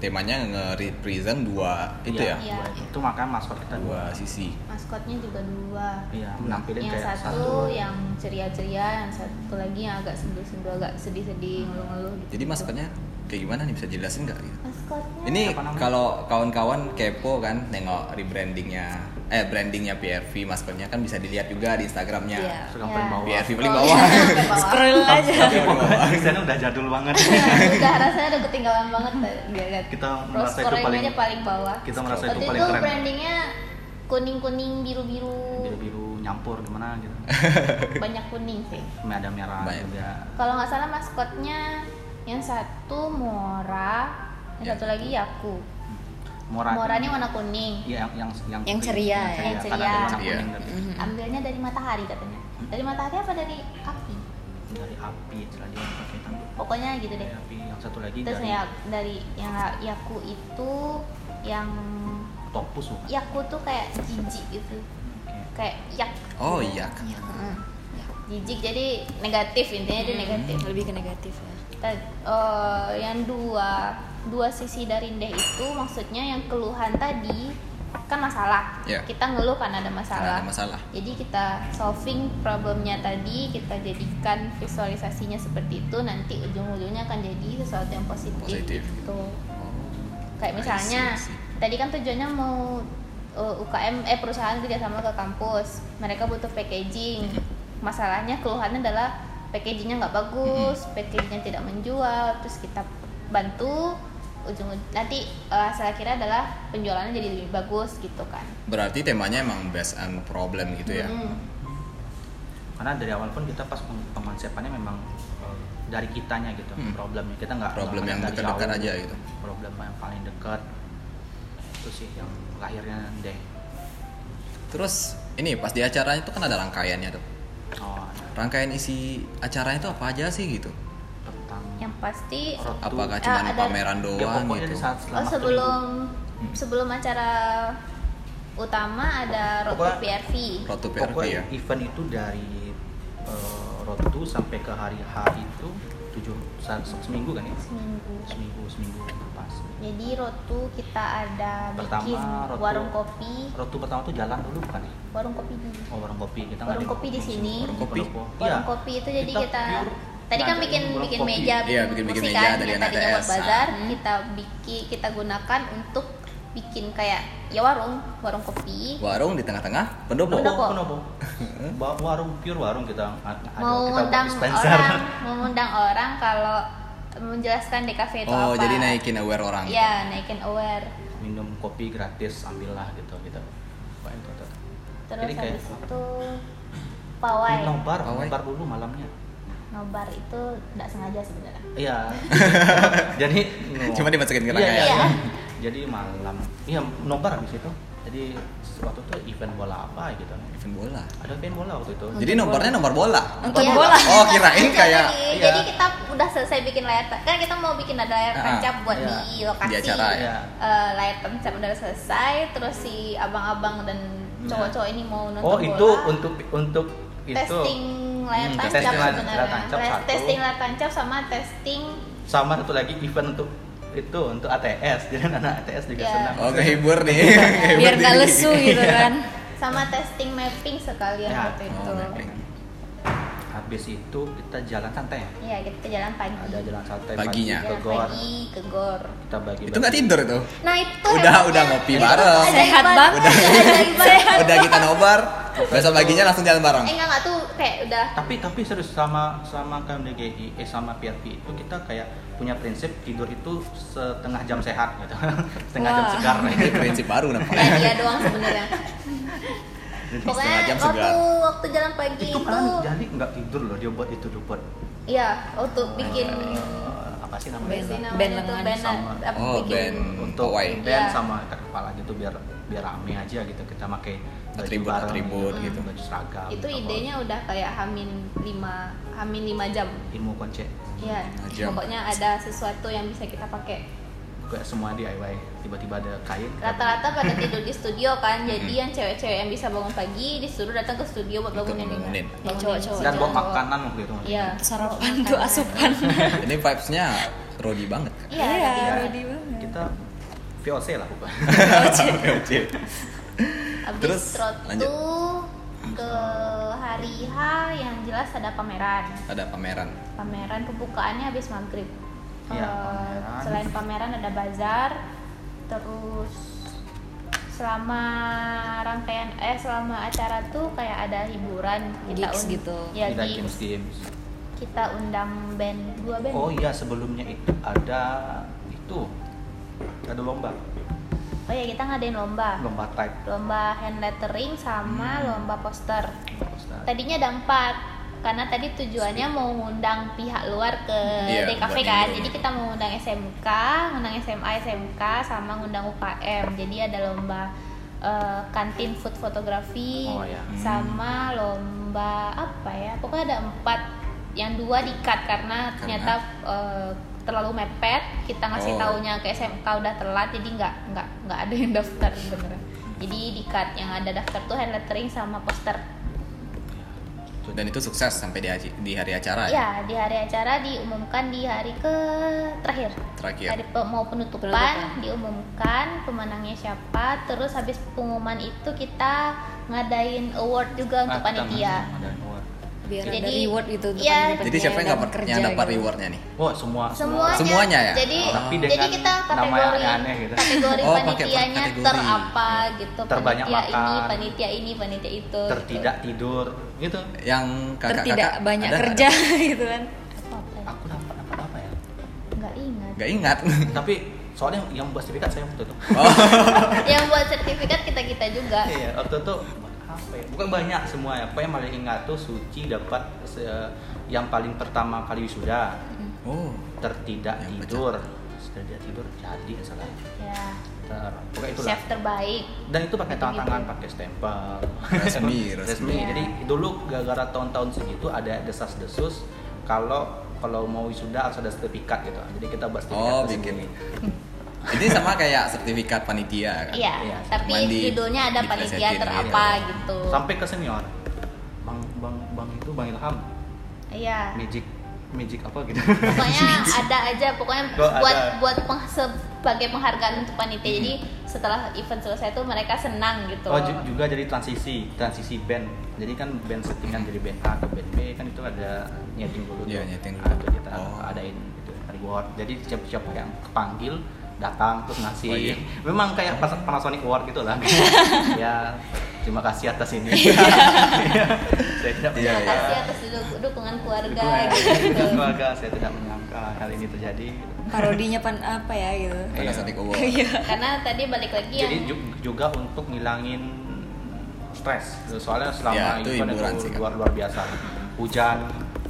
Speaker 1: temanya nge-represent dua itu
Speaker 3: Iya,
Speaker 1: ya,
Speaker 4: Iya.
Speaker 3: itu makanya maskot kita
Speaker 1: dua sisi.
Speaker 4: Maskotnya juga dua.
Speaker 3: Iya, menampilin
Speaker 4: yang
Speaker 3: kayak
Speaker 4: satu, yang ceria-ceria, yang satu lagi yang agak sendu-sendu, agak sedih-sedih, ngeluh-ngeluh. gitu.
Speaker 1: Jadi maskotnya kayak gimana nih bisa jelasin nggak? gitu?
Speaker 4: Maskotnya.
Speaker 1: Ini
Speaker 3: Apa namanya?
Speaker 1: kalau kawan-kawan kepo kan nengok rebrandingnya, eh brandingnya PRV maskotnya kan bisa dilihat juga di Instagramnya.
Speaker 2: Iya.
Speaker 3: Suka paling
Speaker 4: Ya.
Speaker 3: bawah.
Speaker 1: PRV paling bawah.
Speaker 4: Ke bawah.
Speaker 2: Scroll aja.
Speaker 3: Tapi pokoknya desainnya udah jadul banget.
Speaker 4: udah rasanya udah ketinggalan banget Gak- gak-
Speaker 3: Kita
Speaker 4: Terus
Speaker 3: merasa itu
Speaker 4: scoring
Speaker 3: paling-
Speaker 4: aja paling bawah
Speaker 3: Kita merasa itu
Speaker 4: waktu
Speaker 3: paling
Speaker 4: itu
Speaker 3: keren.
Speaker 4: brandingnya kuning kuning biru biru
Speaker 3: Biru-biru nyampur gimana gitu.
Speaker 4: banyak kuning sih
Speaker 3: Cuma ada merah gitu ya.
Speaker 1: Banyak.
Speaker 3: juga.
Speaker 4: kalau nggak salah maskotnya yang satu mora yang satu lagi yaku
Speaker 3: Mora.
Speaker 4: mora ini warna kuning
Speaker 3: gitu. Iya, yang yang
Speaker 2: Yang ceria ya.
Speaker 4: Yang
Speaker 3: Karena ada warna
Speaker 1: ceria.
Speaker 3: kuning gitu. dari,
Speaker 2: Mhm.
Speaker 4: ambilnya dari matahari katanya dari matahari apa dari api
Speaker 3: dari api selain yang pakai tanduk.
Speaker 4: pokoknya gitu deh
Speaker 3: Dari api yang satu lagi
Speaker 4: terus
Speaker 3: dari
Speaker 4: ya dari yang yaku itu yang
Speaker 3: topus bukan?
Speaker 4: yaku tuh kayak jijik gitu
Speaker 3: Oke.
Speaker 4: kayak yak
Speaker 1: Oh iya.
Speaker 4: Mm. jijik jadi negatif intinya
Speaker 2: Mhm.
Speaker 4: dia negatif
Speaker 2: Lebih ke negatif ya.
Speaker 4: Ta- eh, yang dua dua sisi dari deh itu maksudnya yang keluhan tadi kan masalah
Speaker 1: Iya.
Speaker 4: kita ngeluh kan ada
Speaker 1: Karena
Speaker 4: masalah
Speaker 1: ada masalah.
Speaker 4: jadi kita solving problemnya tadi kita jadikan visualisasinya seperti itu nanti ujung-ujungnya akan jadi sesuatu yang positif,
Speaker 1: Positif.
Speaker 4: gitu
Speaker 1: Oh, I see,
Speaker 4: kayak misalnya
Speaker 1: I see.
Speaker 4: tadi kan tujuannya mau eh, UKM eh perusahaan kerjasama ke kampus mereka butuh packaging
Speaker 1: Mm-hmm.
Speaker 4: masalahnya keluhannya adalah packagingnya nggak bagus
Speaker 1: Mm-hmm.
Speaker 4: packagingnya tidak menjual terus kita bantu ujung nanti eh, hasil akhirnya adalah penjualannya jadi lebih bagus gitu kan
Speaker 1: Berarti temanya emang based on problem gitu ya.
Speaker 4: Mm.
Speaker 3: karena dari awal pun kita pas peng- pengonsepannya memang eh, dari kitanya gitu
Speaker 1: Hmm.
Speaker 3: problemnya kita nggak
Speaker 1: Problem
Speaker 3: nggak
Speaker 1: yang
Speaker 3: dari
Speaker 1: dekat-dekat
Speaker 3: jauh.
Speaker 1: aja gitu.
Speaker 3: problem yang paling dekat itu sih yang lahirnya deh
Speaker 1: Terus ini pas di acaranya itu kan ada rangkaiannya tuh.
Speaker 3: oh nah,
Speaker 1: Rangkaian isi acaranya itu apa aja sih gitu?
Speaker 3: tentang
Speaker 4: yang pasti
Speaker 3: road to-
Speaker 1: Apakah
Speaker 4: Ah,
Speaker 1: cuma
Speaker 4: ada-
Speaker 1: pameran
Speaker 3: ya,
Speaker 1: doang
Speaker 3: pokoknya
Speaker 1: gitu?
Speaker 3: di saat
Speaker 4: Oh,
Speaker 3: selama
Speaker 4: sebelum
Speaker 1: Hmm.
Speaker 4: sebelum acara utama ada road to
Speaker 3: Pokoknya-
Speaker 4: PRV.
Speaker 1: Road to
Speaker 3: seminggu,
Speaker 1: PRP
Speaker 3: pokoknya
Speaker 1: ya.
Speaker 3: event itu dari eh, road to sampai ke hari H itu tujuh sa- se- seminggu kan ya
Speaker 4: Seminggu.
Speaker 3: seminggu seminggu pas
Speaker 4: Jadi road to kita ada
Speaker 3: Pertama,
Speaker 4: bikin
Speaker 3: road to-
Speaker 4: warung kopi,
Speaker 3: road to pertama tuh jalan dulu kan ya
Speaker 4: warung kopi dulu.
Speaker 3: oh warung kopi kita
Speaker 4: Warung
Speaker 3: nggak
Speaker 4: kopi di
Speaker 3: langsung
Speaker 4: sini.
Speaker 3: warung
Speaker 1: Kopi?
Speaker 3: pendopo.
Speaker 4: Warung
Speaker 3: Iya.
Speaker 4: kopi itu jadi kita,
Speaker 3: pure
Speaker 4: tadi kan
Speaker 3: ngadain
Speaker 4: bikin
Speaker 3: warung
Speaker 4: bikin
Speaker 3: kopi.
Speaker 4: meja,
Speaker 1: Iya, bikin-bikin
Speaker 4: kursi
Speaker 1: meja
Speaker 4: kan,
Speaker 1: dari
Speaker 4: yang
Speaker 1: anak
Speaker 4: tadinya buat
Speaker 1: TS.
Speaker 4: bazar,
Speaker 1: Hmm.
Speaker 4: kita bikin kita gunakan untuk bikin kayak ya warung, warung kopi.
Speaker 1: Warung di tengah-tengah
Speaker 3: Pendopo,
Speaker 1: pendopo.
Speaker 4: Pendopo.
Speaker 3: pendopo. Ba- warung pure warung kita ada kita
Speaker 4: mau
Speaker 3: buat
Speaker 4: ngundang
Speaker 3: dispenser.
Speaker 4: orang, mau ngundang orang kalau menjelaskan DKV itu
Speaker 1: Oh,
Speaker 4: apa.
Speaker 1: jadi naikin aware orang. gitu.
Speaker 4: Ya, naikin aware.
Speaker 3: minum kopi gratis ambillah gitu gitu Wah, itu tuh.
Speaker 4: Terus
Speaker 3: Jadi kayak-
Speaker 4: habis itu pawai.
Speaker 3: nobar
Speaker 1: Pawai.
Speaker 3: nobar dulu malamnya
Speaker 4: Nobar itu nggak sengaja sebenarnya.
Speaker 3: iya jadi no-
Speaker 1: Cuma dimasukin ke
Speaker 3: Iya,
Speaker 1: rangkaian.
Speaker 3: iya. jadi malam iya nobar habis itu jadi waktu itu event bola apa gitu
Speaker 1: Event bola.
Speaker 3: ada event bola waktu itu
Speaker 1: Jadi nomornya nomor bola.
Speaker 2: Nonton
Speaker 4: Iya.
Speaker 2: bola.
Speaker 1: Oh, kirain
Speaker 4: Jadi,
Speaker 1: kayak
Speaker 3: Iya.
Speaker 4: Jadi kita udah selesai bikin layar tan- kan kita mau bikin ada layar
Speaker 1: Ah,
Speaker 4: tancap buat
Speaker 3: iya.
Speaker 4: di lokasi.
Speaker 1: Di acara,
Speaker 3: ya.
Speaker 4: Eh, layar tancap udah selesai, terus si abang-abang dan cowok-cowok ini mau nonton
Speaker 3: Iya. oh
Speaker 4: bola.
Speaker 3: itu untuk untuk itu
Speaker 4: testing layar
Speaker 1: Hmm,
Speaker 4: tancap
Speaker 3: testing layar-
Speaker 4: sebenarnya.
Speaker 3: layar tancap
Speaker 4: Layar-
Speaker 3: satu.
Speaker 4: Testing layar tancap sama testing
Speaker 3: sama satu lagi event untuk itu untuk ATS jadi anak ATS juga
Speaker 4: Iya.
Speaker 3: senang
Speaker 1: Oh, kehibur nih. Ngehibur
Speaker 2: biar
Speaker 1: nih.
Speaker 2: nggak lesu gitu
Speaker 1: Iya.
Speaker 2: kan
Speaker 4: sama testing mapping sekalian
Speaker 3: Ya.
Speaker 4: waktu itu.
Speaker 1: Oh, mapping.
Speaker 3: habis itu kita jalan santai ya?
Speaker 4: Iya, kita jalan pagi.
Speaker 3: ada jalan santai
Speaker 1: Paginya.
Speaker 3: pagi ke
Speaker 4: Jalan
Speaker 3: gor
Speaker 4: pagi ke gor.
Speaker 3: kita bagi
Speaker 1: Itu nggak tidur itu.
Speaker 4: Nah, itu
Speaker 1: Udah
Speaker 4: hebatnya.
Speaker 1: udah ngopi
Speaker 4: Itu
Speaker 1: bareng.
Speaker 2: Sehat
Speaker 4: keajaiban,
Speaker 2: banget.
Speaker 4: itu keajaiban.
Speaker 1: Udah kita nobar. Besok paginya langsung jalan bareng.
Speaker 4: Eh enggak enggak tuh kayak udah
Speaker 3: tapi tapi serius sama sama KMDGI eh sama PRP itu kita kayak punya prinsip tidur itu setengah jam sehat gitu setengah jam
Speaker 2: Wah.
Speaker 3: segar
Speaker 1: Nah,
Speaker 3: gitu.
Speaker 1: Ini prinsip baru namanya.
Speaker 4: kayak dia doang sebenarnya. Iya, Pokoknya
Speaker 1: Setengah jam
Speaker 4: waktu
Speaker 1: segar.
Speaker 4: waktu jalan pagi
Speaker 3: itu
Speaker 4: itu,
Speaker 3: kan jadi nggak tidur loh dia buat itu dia buat
Speaker 4: iya waktu bikin
Speaker 3: eh, apa sih namanya
Speaker 4: band,
Speaker 2: Band
Speaker 4: band
Speaker 2: lengan
Speaker 4: band
Speaker 3: sama.
Speaker 4: apa,
Speaker 1: Oh,
Speaker 4: bikin
Speaker 1: band.
Speaker 3: untuk
Speaker 1: Pawai.
Speaker 3: band
Speaker 4: Iya.
Speaker 3: sama ikat kepala gitu biar biar rame aja gitu kita pakai baju
Speaker 1: Atribut-
Speaker 3: bareng,
Speaker 1: atribut
Speaker 3: gitu,
Speaker 1: gitu.
Speaker 3: baju seragam
Speaker 4: itu
Speaker 3: gitu.
Speaker 4: idenya udah kayak hamin 5 hamin 5 jam.
Speaker 3: ilmu konsep
Speaker 4: Iya,
Speaker 1: Lima jam.
Speaker 4: pokoknya ada sesuatu yang bisa kita pakai.
Speaker 3: kayak semua DIY tiba-tiba ada kain
Speaker 4: Rata-rata pada tidur di studio kan, jadi
Speaker 1: Mm-mm.
Speaker 4: yang cewek-cewek yang bisa bangun pagi disuruh datang ke studio buat
Speaker 1: Ikut
Speaker 4: bangunin.
Speaker 1: bangunin.
Speaker 4: Bangunin
Speaker 2: Ya, cowok-cowok.
Speaker 3: dan
Speaker 4: si
Speaker 3: bawa
Speaker 4: cowok.
Speaker 3: makanan waktu itu
Speaker 4: gitu. Iya.
Speaker 2: sarapan tuh asupan
Speaker 1: Ini vibes-nya Rodi banget. kan?
Speaker 4: Iya,
Speaker 2: Iya.
Speaker 4: nanti
Speaker 3: Ya,
Speaker 2: Ready banget.
Speaker 3: kita VOC lah bukan
Speaker 4: Abis
Speaker 1: Terus,
Speaker 4: Terus
Speaker 1: lanjut.
Speaker 4: ke hari H yang jelas ada pameran.
Speaker 1: Ada pameran.
Speaker 4: Pameran pembukaannya habis maghrib.
Speaker 3: Iya,
Speaker 4: Eh,
Speaker 3: pameran.
Speaker 4: Selain pameran ada bazar, terus selama rangkaian eh selama acara tuh kayak ada hiburan
Speaker 2: Gigs
Speaker 4: un-
Speaker 2: gitu.
Speaker 4: ya,
Speaker 3: kita
Speaker 4: gigs.
Speaker 3: games games
Speaker 4: kita undang band dua band
Speaker 3: oh iya sebelumnya itu ada itu ada lomba
Speaker 4: Oh ya kita ngadain lomba
Speaker 3: lomba type
Speaker 4: lomba hand lettering sama
Speaker 1: Hmm.
Speaker 4: lomba poster
Speaker 3: lomba poster.
Speaker 4: tadinya ada empat karena tadi tujuannya mau ngundang pihak luar ke
Speaker 1: Iya,
Speaker 4: DKV
Speaker 1: buat
Speaker 4: kan
Speaker 1: nyuruh.
Speaker 4: jadi kita mau ngundang SMK ngundang SMA SMK sama ngundang UKM jadi ada lomba eh, kantin food fotografi
Speaker 3: Oh, iya.
Speaker 4: sama lomba apa ya pokoknya ada empat yang dua di cut karena ternyata eh, terlalu mepet kita ngasih
Speaker 1: Oh.
Speaker 4: taunya ke SMK udah telat jadi nggak nggak nggak ada yang daftar sebenarnya jadi di cut yang ada daftar tuh hand lettering sama poster
Speaker 1: Dan itu sukses sampai di, aci- di hari acara ya?
Speaker 4: Iya, di hari acara diumumkan di hari ke terakhir. Hari
Speaker 1: Terakhir.
Speaker 4: pe- mau penutupan,
Speaker 2: Penutupan.
Speaker 4: diumumkan pemenangnya siapa, terus habis pengumuman itu kita ngadain award juga
Speaker 3: Ah,
Speaker 4: untuk
Speaker 3: kita
Speaker 4: panitia.
Speaker 3: ngadain award.
Speaker 2: biar ada
Speaker 4: Jadi,
Speaker 2: reward gitu untuk
Speaker 4: iya.
Speaker 2: kami
Speaker 1: Jadi siapa yang
Speaker 2: dan
Speaker 1: dapat
Speaker 2: kerja
Speaker 1: yang dapat
Speaker 2: gitu.
Speaker 1: rewardnya nih?
Speaker 3: Wah Oh, semua
Speaker 4: semuanya,
Speaker 1: Semuanya ya?
Speaker 4: jadi
Speaker 3: Tapi
Speaker 4: jadi
Speaker 3: dengan
Speaker 4: kita
Speaker 3: nama yang
Speaker 4: kategori
Speaker 3: aneh-aneh gitu.
Speaker 4: kategori
Speaker 1: Oh, pakai
Speaker 4: panitianya
Speaker 1: kategori.
Speaker 4: terapa gitu
Speaker 3: Terbanyak
Speaker 4: panitia ini
Speaker 3: makan.
Speaker 4: panitia ini panitia itu gitu.
Speaker 3: tertidak tidur gitu
Speaker 1: Yang kakak-kakak
Speaker 2: tertidak banyak
Speaker 1: ada nggak?
Speaker 2: kerja gitu kan
Speaker 4: gitu. apa apa
Speaker 3: aku dapat dapat apa ya
Speaker 4: nggak ingat
Speaker 1: Nggak ingat. Oh.
Speaker 3: tapi soalnya yang buat sertifikat saya waktu itu
Speaker 4: yang buat sertifikat kita kita juga
Speaker 3: iya waktu itu apa ya? bukan banyak semua ya pokoknya paling ingat tuh suci dapat se- yang paling pertama kali wisuda
Speaker 1: Oh,
Speaker 3: tertidak
Speaker 1: Yang pecah.
Speaker 3: tidur tertidak tidur jadi nggak salah
Speaker 4: ya
Speaker 3: ter pokoknya itulah
Speaker 4: chef terbaik
Speaker 3: dan itu pakai tangan tangan
Speaker 4: Gitu-gitu.
Speaker 3: pakai stempel
Speaker 1: Resmi, resmi.
Speaker 4: Iya.
Speaker 3: jadi dulu gara-gara tahun-tahun segitu ada desas desus kalau kalau mau wisuda harus ada sertifikat gitu jadi kita buat sertifikat
Speaker 1: oh
Speaker 3: tersendiri.
Speaker 1: bikin. Ini sama kayak sertifikat panitia kan?
Speaker 4: iya
Speaker 3: Iya, gitu,
Speaker 4: tapi
Speaker 1: cuman di-
Speaker 4: judulnya ada panitia
Speaker 1: diplesetin,
Speaker 4: terapa
Speaker 1: iya.
Speaker 4: gitu
Speaker 3: sampai ke senior bang bang bang itu bang Ilham
Speaker 4: iya
Speaker 3: magic magic apa gitu
Speaker 4: pokoknya ada aja pokoknya
Speaker 3: Oh,
Speaker 4: buat
Speaker 3: ada.
Speaker 4: buat peng- sebagai penghargaan untuk panitia jadi setelah event selesai tuh mereka senang gitu
Speaker 3: oh ju- juga jadi transisi transisi band jadi kan band settingan dari band A ke band B kan itu ada nyeting dulu
Speaker 1: Iya,
Speaker 3: tuh.
Speaker 1: nyeting
Speaker 3: Nah,
Speaker 1: dulu.
Speaker 3: itu kita
Speaker 1: Oh.
Speaker 3: adain gitu reward jadi siapa-siapa yang kepanggil datang terus ngasih
Speaker 1: Oh, iya.
Speaker 3: memang kayak pas Panasonic Award gitu lah ya terima kasih atas ini saya
Speaker 1: Iya,
Speaker 3: tidak
Speaker 4: Iya. terima
Speaker 1: iya.
Speaker 4: kasih atas du- dukungan keluarga
Speaker 3: ya, Dukungan
Speaker 4: gitu
Speaker 3: keluarga saya tidak menyangka hal ini terjadi
Speaker 2: parodinya pan apa ya gitu
Speaker 1: Pada saat award.
Speaker 4: karena tadi balik lagi yang
Speaker 3: jadi ju- juga untuk ngilangin stres
Speaker 1: Ya,
Speaker 3: soalnya selama
Speaker 1: itu
Speaker 3: event
Speaker 1: hiburan
Speaker 3: itu
Speaker 1: sih, Kak.
Speaker 3: luar luar biasa hujan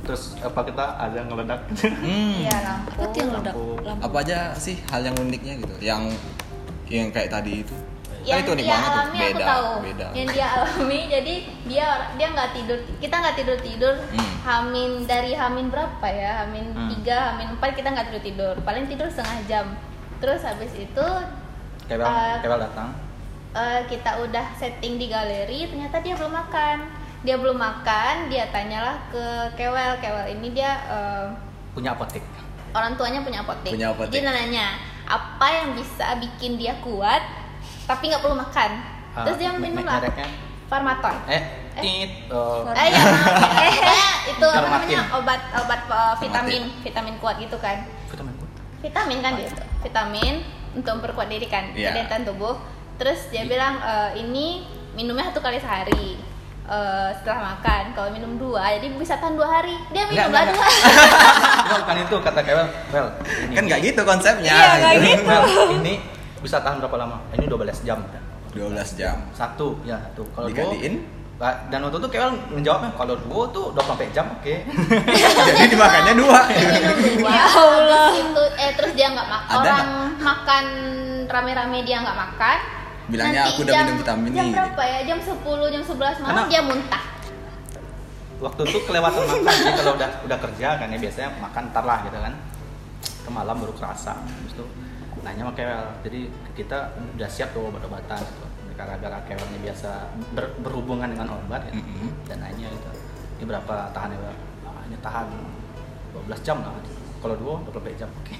Speaker 3: terus apa kita ada ngeledak
Speaker 1: Hmm.
Speaker 2: Iya.
Speaker 4: ya
Speaker 2: apa tuh
Speaker 4: lampu
Speaker 2: yang ledak
Speaker 3: Lampu.
Speaker 2: lampu
Speaker 1: Apa aja sih hal yang uniknya gitu? Yang yang kayak tadi itu. Kan
Speaker 4: yang
Speaker 1: itu
Speaker 2: iya,
Speaker 1: unik
Speaker 4: dia
Speaker 1: banget tuh.
Speaker 4: alami aku
Speaker 1: Beda,
Speaker 4: tahu
Speaker 1: beda.
Speaker 4: yang dia alami jadi dia dia nggak tidur kita nggak tidur tidur
Speaker 1: Hmm.
Speaker 4: hamin dari hamin berapa ya hamin
Speaker 3: Hmm.
Speaker 4: tiga hamin empat kita nggak tidur tidur paling tidur setengah jam terus habis itu
Speaker 3: Kebel,
Speaker 4: eh,
Speaker 3: Kebel datang
Speaker 4: eh, kita udah setting di galeri ternyata dia belum makan dia belum makan dia tanyalah ke kewel kewel ini dia eh,
Speaker 3: punya apotek
Speaker 4: orang tuanya punya apotek.
Speaker 1: Punya apotek.
Speaker 4: Jadi nanya apa yang bisa bikin dia kuat tapi nggak perlu makan.
Speaker 3: Ah,
Speaker 4: Terus dia
Speaker 3: me-
Speaker 4: minum
Speaker 3: me-
Speaker 4: lah
Speaker 3: mereknya?
Speaker 4: Farmaton.
Speaker 3: eh tit eh,
Speaker 4: Eh, ya, maaf ya. Eh, itu apa
Speaker 3: Farmatin.
Speaker 4: namanya obat obat eh, vitamin vitamin kuat gitu kan.
Speaker 3: vitamin gua.
Speaker 4: Vitamin kan dia itu. Vitamin untuk memperkuat diri kan
Speaker 1: Iya.
Speaker 4: kesehatan tubuh. Terus dia bilang "Eh, ini minumnya satu kali sehari. Eh, setelah makan kalau minum dua jadi bisa tahan dua hari dia
Speaker 3: Enggak,
Speaker 4: minum lah
Speaker 3: enggak,
Speaker 4: dua hari
Speaker 3: Enggak, bukan itu kata Kebel Bel ini
Speaker 1: Kan nggak gitu konsepnya.
Speaker 2: Iya, nggak
Speaker 1: gitu.
Speaker 2: gitu.
Speaker 3: Bel, ini bisa tahan berapa lama ini 12 jam
Speaker 1: 12 jam.
Speaker 3: satu ya satu kalau gua-
Speaker 1: Dikaliin?
Speaker 3: Ba- dan waktu itu Kewel menjawabnya kalau gua tuh 24 jam oke
Speaker 1: Jadi dimakannya dua.
Speaker 4: ya Allah itu eh terus dia nggak makan
Speaker 1: Ada
Speaker 4: orang makan rame-rame dia nggak makan
Speaker 1: Bilangnya, "Aku udah
Speaker 4: jam-
Speaker 1: minum vitamin
Speaker 4: jam
Speaker 1: nih."
Speaker 4: berapa ya jam 10 jam 11
Speaker 3: Karena-
Speaker 4: malam dia muntah
Speaker 3: waktu itu kelewatan makan jadi kalau udah udah kerja kan ya biasanya makan ntar lah gitu kan ke malam baru kerasa terus tuh nanya sama Kewel jadi kita udah siap tuh obat-obatan gitu gara-gara Kewelnya biasa ber- berhubungan dengan obat ya.
Speaker 1: Mm-mm.
Speaker 3: dan nanya gitu ini berapa tahan ya Wel?" "Ah, ini tahan 12 jam lah kalau dua 24 jam oke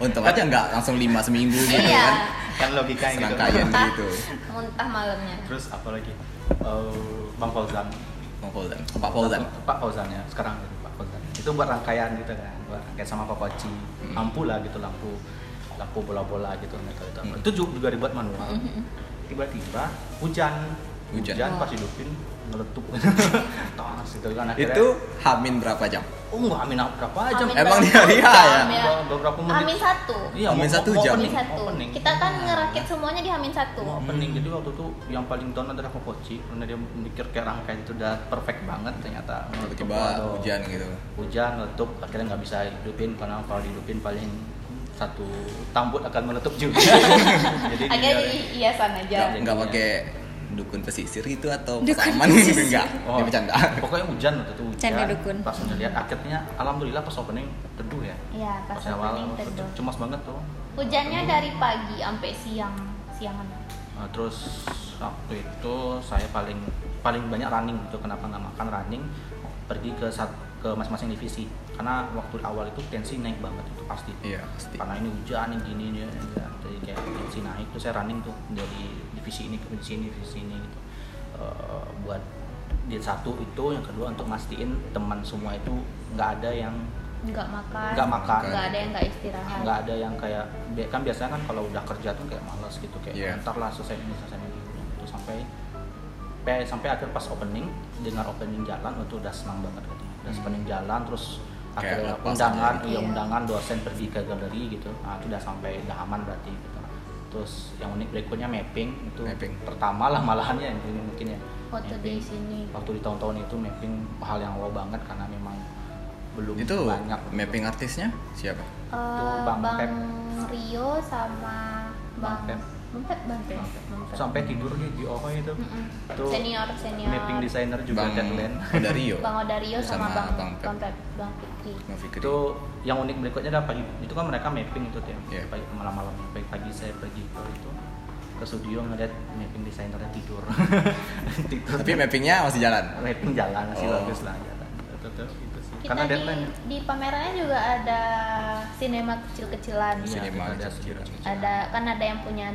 Speaker 1: Untung aja nggak langsung lima seminggu gitu
Speaker 4: iya
Speaker 1: kan.
Speaker 3: kan logikanya gitu
Speaker 1: Serangkaian gitu.
Speaker 4: muntah malamnya
Speaker 3: terus apa lagi Eh, Bang Fauzan
Speaker 1: Bang Fauzan. Pak Fauzan.
Speaker 3: Pak Fauzan ya sekarang jadi Pak Fauzan itu buat rangkaian gitu kan buat rangkaian sama Pak Koci
Speaker 1: Hmm.
Speaker 3: lampu lah gitu lampu lampu bola-bola gitu nggak tahu itu apa.
Speaker 1: Hmm.
Speaker 3: itu juga, juga dibuat manual tiba-tiba hujan
Speaker 1: Hujan.
Speaker 3: pas hidupin ngeletup tas gitu kan akhirnya
Speaker 1: Itu Hamin berapa jam?
Speaker 3: oh nggak amin berapa jam
Speaker 4: Amin
Speaker 1: Emang dia
Speaker 4: berapa
Speaker 1: ria ya?
Speaker 4: jam
Speaker 3: Be- beberapa menit
Speaker 4: Amin satu
Speaker 3: iya
Speaker 1: Amin satu jam.
Speaker 4: Amin
Speaker 3: opening,
Speaker 4: satu
Speaker 3: opening.
Speaker 4: kita kan ngerakit semuanya di Amin satu
Speaker 3: Mau
Speaker 1: Hmm.
Speaker 3: opening jadi waktu itu yang paling down adalah Kokoci karena dia mikir kayak rangkaian itu udah perfect banget ternyata
Speaker 1: Tiba-tiba
Speaker 3: Waduh.
Speaker 1: hujan gitu.
Speaker 3: hujan meletup akhirnya nggak bisa hidupin karena kalau dihidupin paling satu tambut akan meletup juga jadi dia-
Speaker 4: akhirnya jadi hiasan aja
Speaker 1: Nggak-
Speaker 3: ya.
Speaker 1: Nggak pakai dukun pesisir itu atau pasaman gitu enggak.
Speaker 3: Oh,
Speaker 1: Ini bercanda.
Speaker 3: pokoknya hujan waktu itu hujan
Speaker 2: Canda dukun.
Speaker 3: pas melihat akhirnya alhamdulillah pas opening teduh ya
Speaker 4: Iya, pas opening
Speaker 3: awal
Speaker 4: teduh.
Speaker 3: cemas banget tuh
Speaker 4: hujannya dari pagi sampai siang siangan
Speaker 3: Nah, terus waktu itu saya paling paling banyak running itu kenapa nggak makan running pergi ke sat- ke masing-masing divisi karena waktu awal itu tensi naik banget itu pasti
Speaker 1: Iya, pasti.
Speaker 3: karena ini hujan ini gini ini, ini. ya. jadi kayak tensi naik tuh saya running tuh dari divisi ini ke divisi ini divisi ini gitu Eh, buat di satu itu yang kedua untuk mastiin teman semua itu nggak ada yang
Speaker 5: nggak makan
Speaker 3: nggak makan
Speaker 5: nggak ada yang nggak istirahat
Speaker 3: nggak ada yang kayak bi- kan biasanya kan kalau udah kerja tuh kayak malas gitu kayak
Speaker 1: Iya.
Speaker 3: ntar lah selesai ini selesai ini itu sampai sampai sampai akhir pas opening dengar opening jalan itu udah senang banget gitu udah opening jalan terus
Speaker 1: Hmm. Kayak
Speaker 3: akhirnya
Speaker 1: lepas
Speaker 3: undangan
Speaker 1: aja gitu.
Speaker 3: iya
Speaker 2: Iya.
Speaker 3: undangan dosen pergi ke galeri gitu nah, itu udah sampai udah aman berarti gitu terus yang unik berikutnya mapping itu
Speaker 1: Mapping.
Speaker 3: pertama lah malahannya yang ini mungkin ya
Speaker 5: waktu di
Speaker 3: Mapping.
Speaker 5: sini
Speaker 3: waktu di tahun-tahun itu mapping hal yang wow banget karena memang belum
Speaker 1: Itu
Speaker 3: banyak gitu.
Speaker 1: mapping artisnya siapa?
Speaker 4: Eh,
Speaker 3: Bang
Speaker 4: Bang,
Speaker 3: Pep.
Speaker 4: Rio sama
Speaker 3: Bang
Speaker 4: Bang
Speaker 3: Pep.
Speaker 4: Bang Pep, Bang Pep.
Speaker 3: sampai tidur nih di OHO itu
Speaker 4: Mm-mm.
Speaker 3: Tuh,
Speaker 4: Senior, senior.
Speaker 3: mapping designer juga
Speaker 1: Bang Oh,
Speaker 3: deadline
Speaker 1: Dario.
Speaker 4: Bang Odario
Speaker 1: Sama
Speaker 4: sama, Bang
Speaker 1: Bang Pep.
Speaker 4: Bang Pep, Bang Fikri.
Speaker 1: Bang Fikri.
Speaker 3: itu yang unik berikutnya adalah pagi itu kan mereka mapping itu tuh ya
Speaker 1: Iya.
Speaker 3: pagi malam-malam pagi pagi saya pergi ke itu ke studio ngeliat mapping desainernya tidur tidur
Speaker 1: Tapi mappingnya masih jalan.
Speaker 3: mapping jalan sih
Speaker 1: Oh.
Speaker 3: bagus lah jalan itu tuh itu sih
Speaker 4: Kita
Speaker 3: karena
Speaker 4: di,
Speaker 3: deadline ya.
Speaker 4: di pamerannya juga ada sinema kecil-kecilan.
Speaker 3: Iya,
Speaker 1: Cinema
Speaker 3: kita ada
Speaker 1: kecil-kecil.
Speaker 3: studio.
Speaker 4: Ada kan ada yang punya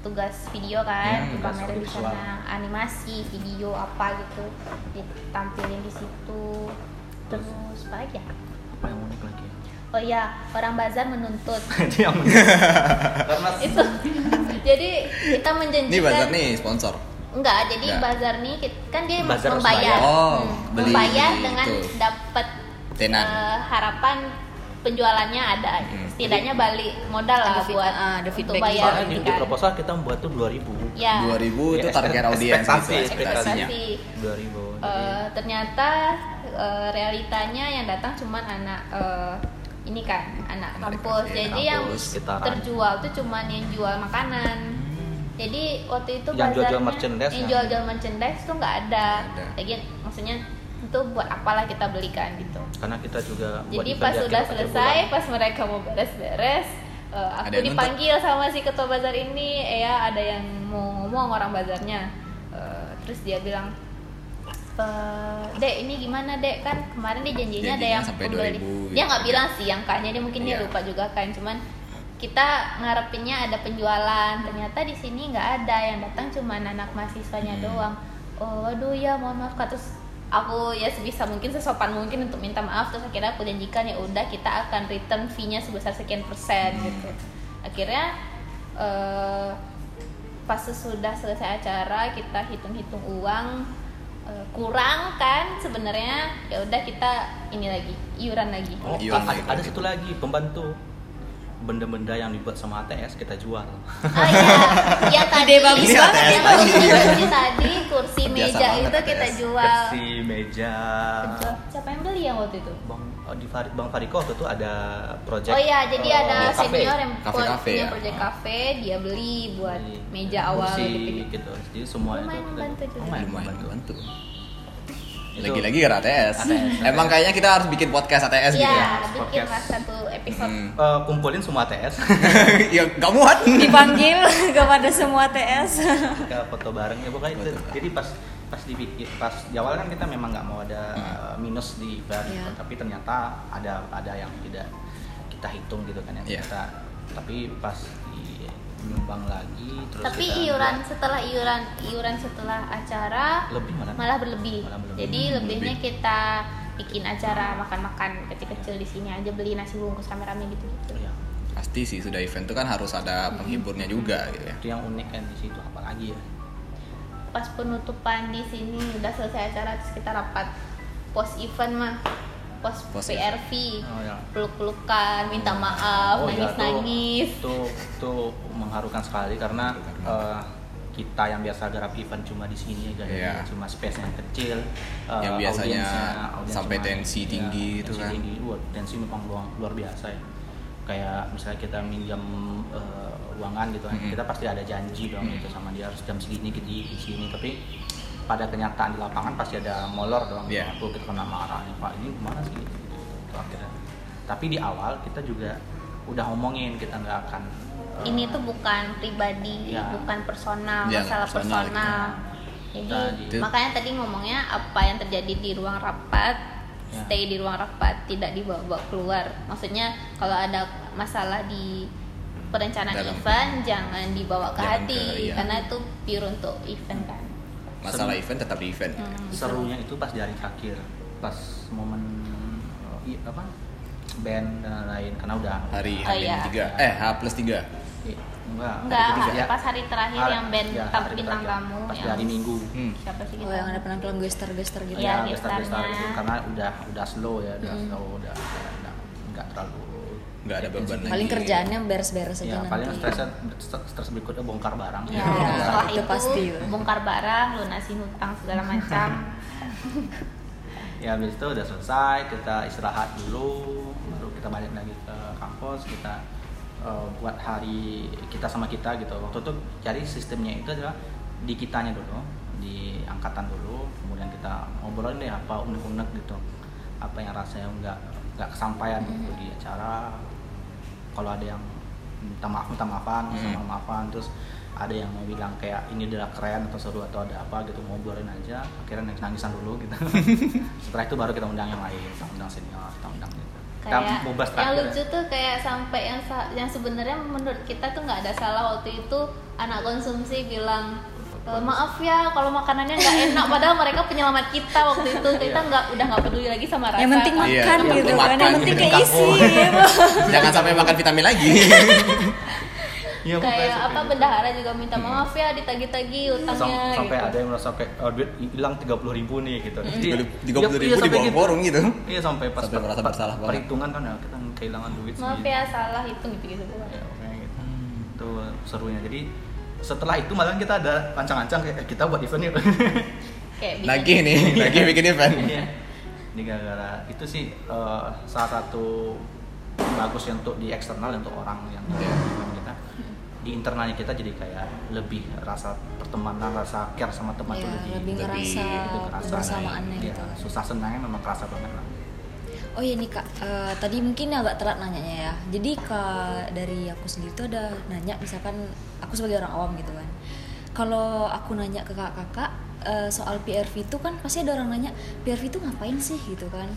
Speaker 4: tugas video kan,
Speaker 3: Iya,
Speaker 1: Hmm,
Speaker 4: dipamerin di
Speaker 3: visual.
Speaker 4: sana animasi, video apa gitu ditampilin di situ.
Speaker 3: Terus?
Speaker 4: Terus apa lagi ya?
Speaker 3: apa yang unik lagi ya?
Speaker 4: Oh iya, orang bazar menuntut.
Speaker 3: itu yang unik karena
Speaker 4: itu. Jadi kita menjanjikan
Speaker 1: Ini bazar nih sponsor.
Speaker 4: Enggak, jadi
Speaker 1: Enggak.
Speaker 4: bazar nih kit- kan dia
Speaker 3: Bazar harus
Speaker 4: membayar.
Speaker 3: bayar.
Speaker 4: Hmm,
Speaker 1: Oh, beli- gitu.
Speaker 4: membayar
Speaker 1: beli
Speaker 4: dengan
Speaker 1: itu.
Speaker 4: dapat
Speaker 1: Tenan.
Speaker 4: eh, harapan penjualannya ada.
Speaker 1: Hmm.
Speaker 4: Setidaknya balik modal
Speaker 2: Ada
Speaker 4: lah
Speaker 2: feed-
Speaker 4: buat
Speaker 2: ah, ada
Speaker 4: untuk
Speaker 2: feedback
Speaker 4: bayar
Speaker 3: soalnya di, di
Speaker 4: kan.
Speaker 3: proposal kita membuat tuh 2000
Speaker 4: Ya.
Speaker 1: 2000 itu
Speaker 3: Ya,
Speaker 1: target
Speaker 3: ekspekt-
Speaker 1: audiens gitu
Speaker 3: ekspektasi,
Speaker 1: ekspektasinya.
Speaker 3: 2000
Speaker 4: ekspektasi.
Speaker 3: jadi
Speaker 4: Eh, ternyata eh, realitanya yang datang cuman anak eh, ini kan anak
Speaker 1: Anak
Speaker 4: kampus.
Speaker 1: kampus, kampus,
Speaker 4: Jadi yang
Speaker 3: sekitaran.
Speaker 4: terjual tuh cuman yang jual makanan.
Speaker 1: Hmm.
Speaker 4: Jadi waktu itu
Speaker 3: Yang jual-jual
Speaker 4: bazarnya-
Speaker 3: merchandise
Speaker 4: yang
Speaker 3: nggak
Speaker 4: jual-jual merchandise tuh nggak ada.
Speaker 1: Nggak ada.
Speaker 4: Lagi maksudnya itu buat apalah kita belikan gitu.
Speaker 3: karena kita juga buat
Speaker 4: Jadi
Speaker 3: event
Speaker 4: pas
Speaker 3: ya, kita
Speaker 4: sudah
Speaker 3: pakai
Speaker 4: selesai,
Speaker 3: bulan.
Speaker 4: pas mereka mau beres-beres, eh,
Speaker 1: Ada
Speaker 4: aku
Speaker 1: yang
Speaker 4: dipanggil sama si ketua bazar ini, eh, ya ada yang mau ngomong orang bazarnya. Eh, terus dia bilang, "Eh, dek ini gimana dek kan kemarin dia janjinya ada
Speaker 1: Janjinya
Speaker 4: yang
Speaker 1: sampai 2000
Speaker 4: Dia
Speaker 1: gitu.
Speaker 4: nggak bilang sih angkanya, dia mungkin
Speaker 1: Iya.
Speaker 4: dia lupa juga kan, cuman kita ngarepinnya ada penjualan ternyata di sini nggak ada yang datang cuma anak mahasiswanya
Speaker 1: Hmm.
Speaker 4: doang oh aduh ya mohon maaf Kak." terus aku ya sebisa mungkin sesopan mungkin untuk minta maaf terus akhirnya aku janjikan ya udah kita akan return fee-nya sebesar sekian persen
Speaker 1: Hmm.
Speaker 4: gitu akhirnya eh, pas sesudah selesai acara kita hitung-hitung uang eh, kurang kan sebenarnya ya udah kita ini lagi iuran lagi
Speaker 3: Oh,
Speaker 1: Iya,
Speaker 3: ada,
Speaker 1: naik
Speaker 3: ada
Speaker 1: lagi.
Speaker 3: satu lagi pembantu benda-benda yang dibuat sama ATS kita jual.
Speaker 4: Oh iya, yang
Speaker 2: Ide
Speaker 4: tadi
Speaker 2: bagus
Speaker 1: Ini banget ATS ya.
Speaker 4: Yang kursi tadi kursi
Speaker 1: Kebiasaan
Speaker 4: meja
Speaker 1: banget
Speaker 4: itu
Speaker 1: ATS.
Speaker 4: kita jual.
Speaker 3: Kursi, meja.
Speaker 4: Jual. Siapa yang beli yang waktu itu?
Speaker 3: Bang oh, di Farid Bang Fariko waktu itu ada project.
Speaker 4: Oh iya, jadi
Speaker 3: eh,
Speaker 4: ada
Speaker 3: cafe.
Speaker 4: senior yang
Speaker 1: Cafe-cafe
Speaker 4: punya
Speaker 1: ya.
Speaker 4: project cafe, dia beli buat
Speaker 3: Jadi,
Speaker 4: meja
Speaker 3: kursi,
Speaker 4: awal
Speaker 3: gitu.
Speaker 4: gitu.
Speaker 3: Jadi semua
Speaker 4: Lumayan
Speaker 3: itu.
Speaker 4: membantu juga.
Speaker 1: Lumayan membantu.
Speaker 3: Itu-
Speaker 1: Lagi-lagi karena ATS.
Speaker 3: ATS.
Speaker 1: Emang kayaknya kita harus bikin podcast ATS gitu ya.
Speaker 4: Iya, bikin
Speaker 3: podcast.
Speaker 4: lah satu episode.
Speaker 1: Hmm.
Speaker 3: Eh, kumpulin semua ATS
Speaker 1: ya gak muat.
Speaker 2: dipanggil kepada semua TS
Speaker 3: kita foto bareng ya pokoknya itu.
Speaker 1: Foto bareng.
Speaker 3: Jadi pas pas dipikir pas di awal kan kita memang nggak mau ada
Speaker 1: Hmm.
Speaker 3: eh, minus di Farid,
Speaker 2: Iya.
Speaker 3: tapi ternyata ada ada yang tidak kita hitung gitu kan yang
Speaker 1: Iya.
Speaker 3: kita tapi pas di nyumbang lagi terus
Speaker 4: Tapi
Speaker 3: kita
Speaker 4: iuran setelah iuran iuran setelah acara
Speaker 3: lebih malah
Speaker 4: malah berlebih.
Speaker 3: Malah berlebih.
Speaker 4: Jadi
Speaker 1: Hmm,
Speaker 4: lebihnya
Speaker 1: lebih.
Speaker 4: kita bikin acara makan-makan kecil-kecil di sini aja beli nasi bungkus rame-rame gitu-gitu.
Speaker 3: Iya.
Speaker 1: Pasti sih sudah event itu kan harus ada penghiburnya juga gitu ya.
Speaker 3: itu yang unik kan di situ apalagi ya
Speaker 4: pas penutupan di sini udah selesai acara terus kita rapat post event mah post,
Speaker 1: Post
Speaker 4: PRV
Speaker 3: Oh, ya.
Speaker 4: peluk-pelukan minta
Speaker 3: iya,
Speaker 4: maaf
Speaker 3: tuh-
Speaker 4: nangis-nangis
Speaker 3: itu itu mengharukan sekali karena
Speaker 1: Mengharukan.
Speaker 3: eh, kita yang biasa garap event cuma di sini kan
Speaker 1: Iya.
Speaker 3: cuma space yang kecil eh,
Speaker 1: Yang biasanya
Speaker 3: audiensnya- audiens
Speaker 1: sampai
Speaker 3: cuma-
Speaker 1: tensi
Speaker 3: iya,
Speaker 1: tinggi gitu
Speaker 3: tensi
Speaker 1: kan.
Speaker 3: tinggi. Wah, tensi memang luar, luar biasa ya kayak misalnya kita minjam eh, ruangan gitu kan
Speaker 1: Mhm.
Speaker 3: kita pasti ada janji dong
Speaker 1: Mhm.
Speaker 3: gitu sama dia harus jam segini ke di di sini tapi pada kenyataan di lapangan pasti ada molor dong
Speaker 1: Iya.
Speaker 3: aku kita kena marah nih pak ini gimana sih gitu, gitu, gitu. akhirnya tapi di awal kita juga udah ngomongin kita nggak akan eh,
Speaker 4: ini tuh bukan pribadi
Speaker 3: Iya.
Speaker 4: bukan personal
Speaker 1: Iya,
Speaker 4: masalah
Speaker 1: personal
Speaker 4: personal,
Speaker 1: gitu.
Speaker 4: jadi
Speaker 3: Tadi.
Speaker 1: Itu-
Speaker 4: makanya tadi ngomongnya apa yang terjadi di ruang rapat
Speaker 3: Ya.
Speaker 4: stay di ruang rapat tidak dibawa keluar maksudnya kalau ada masalah di perencanaan
Speaker 1: Dalam.
Speaker 4: event jangan dibawa ke
Speaker 1: Jangan
Speaker 4: hati
Speaker 1: ke- iya.
Speaker 3: Ya.
Speaker 4: karena itu pure untuk event kan Hmm.
Speaker 1: masalah event tetap di event
Speaker 2: Hmm.
Speaker 3: serunya itu pas di hari terakhir pas momen eh, i- apa band dan lain karena udah
Speaker 1: hari
Speaker 4: Oh,
Speaker 1: H
Speaker 4: iya.
Speaker 1: tiga eh H plus tiga
Speaker 3: i- enggak
Speaker 4: Enggak,
Speaker 3: hari ketiga.
Speaker 4: pas hari terakhir
Speaker 3: ya. Hari-
Speaker 4: yang band
Speaker 3: ya,
Speaker 4: tamu
Speaker 3: hari
Speaker 4: bintang
Speaker 3: terakhir.
Speaker 4: tamu
Speaker 3: pas di
Speaker 4: yang Iya,
Speaker 3: hari minggu
Speaker 1: hmm.
Speaker 4: siapa sih
Speaker 2: Oh, yang ada penampilan gester-gester gitu.
Speaker 4: Iya.
Speaker 3: ya gestar gestar
Speaker 4: gestarnya.
Speaker 3: gitu karena udah udah slow ya udah
Speaker 4: Hmm.
Speaker 2: Mm.
Speaker 3: slow udah kayak nggak nggak terlalu
Speaker 1: Nggak ada beban lagi.
Speaker 2: Paling kerjaannya beres-beres
Speaker 3: ya
Speaker 2: aja nanti.
Speaker 3: paling stresnya stres stres berikutnya bongkar barang
Speaker 4: Ya,
Speaker 2: Iya,
Speaker 4: setelah
Speaker 2: itu
Speaker 4: itu,
Speaker 2: pasti.
Speaker 4: bongkar barang, lunasi hutang segala macam.
Speaker 3: ya habis itu udah selesai kita istirahat dulu baru kita balik lagi ke kampus kita eh, buat hari kita sama kita gitu waktu itu cari sistemnya itu adalah di kitanya dulu di angkatan dulu kemudian kita ngobrolin deh apa unek-unek gitu apa yang rasanya nggak nggak kesampaian gitu di acara kalau ada yang minta maaf minta maafan minta
Speaker 1: Mhm.
Speaker 3: maafan terus ada yang mau bilang kayak ini adalah keren atau seru atau ada apa gitu ngobrolin aja akhirnya nangis nangisan dulu gitu setelah itu baru kita undang yang lain kita undang senior kita undang gitu kita
Speaker 4: kayak
Speaker 3: bebas
Speaker 4: yang
Speaker 3: terakhir
Speaker 4: lucu tuh kayak sampai yang sa- yang sebenarnya menurut kita tuh nggak ada salah waktu itu anak konsumsi bilang "E, maaf ya kalau makanannya nggak enak padahal mereka penyelamat kita waktu itu kita
Speaker 3: Iya.
Speaker 4: nggak udah nggak peduli lagi sama rasa
Speaker 2: Yang penting
Speaker 1: Iya,
Speaker 2: makan
Speaker 1: yang
Speaker 2: gitu
Speaker 1: penting
Speaker 2: kan, yang
Speaker 1: makan,
Speaker 2: penting
Speaker 1: gitu.
Speaker 2: keisi.
Speaker 1: jangan sampai makan vitamin lagi
Speaker 3: Iya, pokoknya
Speaker 4: kayak
Speaker 3: sampai
Speaker 4: apa
Speaker 3: gitu.
Speaker 4: bendahara juga minta maaf ya ditagi-tagi
Speaker 3: Sam-
Speaker 4: utangnya
Speaker 3: sampai
Speaker 4: gitu. Mm-hmm.
Speaker 3: ada yang merasa kayak "Ah, duit hilang tiga puluh ribu nih gitu Jadi-
Speaker 1: tiga puluh
Speaker 3: iya,
Speaker 1: ribu
Speaker 3: sampai
Speaker 1: dibawa
Speaker 3: gitu.
Speaker 1: borong gitu
Speaker 2: Hmm.
Speaker 3: iya sampai pas
Speaker 1: Sampai merasa bersalah banget.
Speaker 3: perhitungan kan ya, kita kehilangan duit
Speaker 4: maaf
Speaker 3: sendiri.
Speaker 4: ya salah hitung gitu gitu doang.
Speaker 3: ya pokoknya gitu itu serunya jadi setelah itu malah kan kita ada ancang-ancang kayak "Eh, kita buat event yuk
Speaker 4: kayak
Speaker 3: Nah,
Speaker 4: gitu.
Speaker 1: lagi
Speaker 4: bikin
Speaker 1: nih lagi bikin event
Speaker 3: Iya. ini gara-gara itu sih eh, salah satu bagusnya untuk di eksternal untuk orang yang
Speaker 1: Iya.
Speaker 3: event kita di internalnya kita jadi kayak lebih rasa pertemanan rasa care sama teman
Speaker 2: Ya,
Speaker 3: tuh gitu,
Speaker 2: lebih
Speaker 1: lebih-
Speaker 2: ngerasa
Speaker 1: lebih
Speaker 3: kerasa.
Speaker 2: kebersamaannya
Speaker 3: Iya,
Speaker 2: gitu.
Speaker 3: susah senangnya memang kerasa banget lah
Speaker 2: Oh iya nih kak, Eh, tadi mungkin agak telat nanyanya ya. Jadi kak dari aku sendiri tuh ada nanya, misalkan aku sebagai orang awam gitu kan. Kalau aku nanya ke kakak-kakak eh, soal PRV itu kan pasti ada orang nanya PRV itu ngapain sih gitu kan?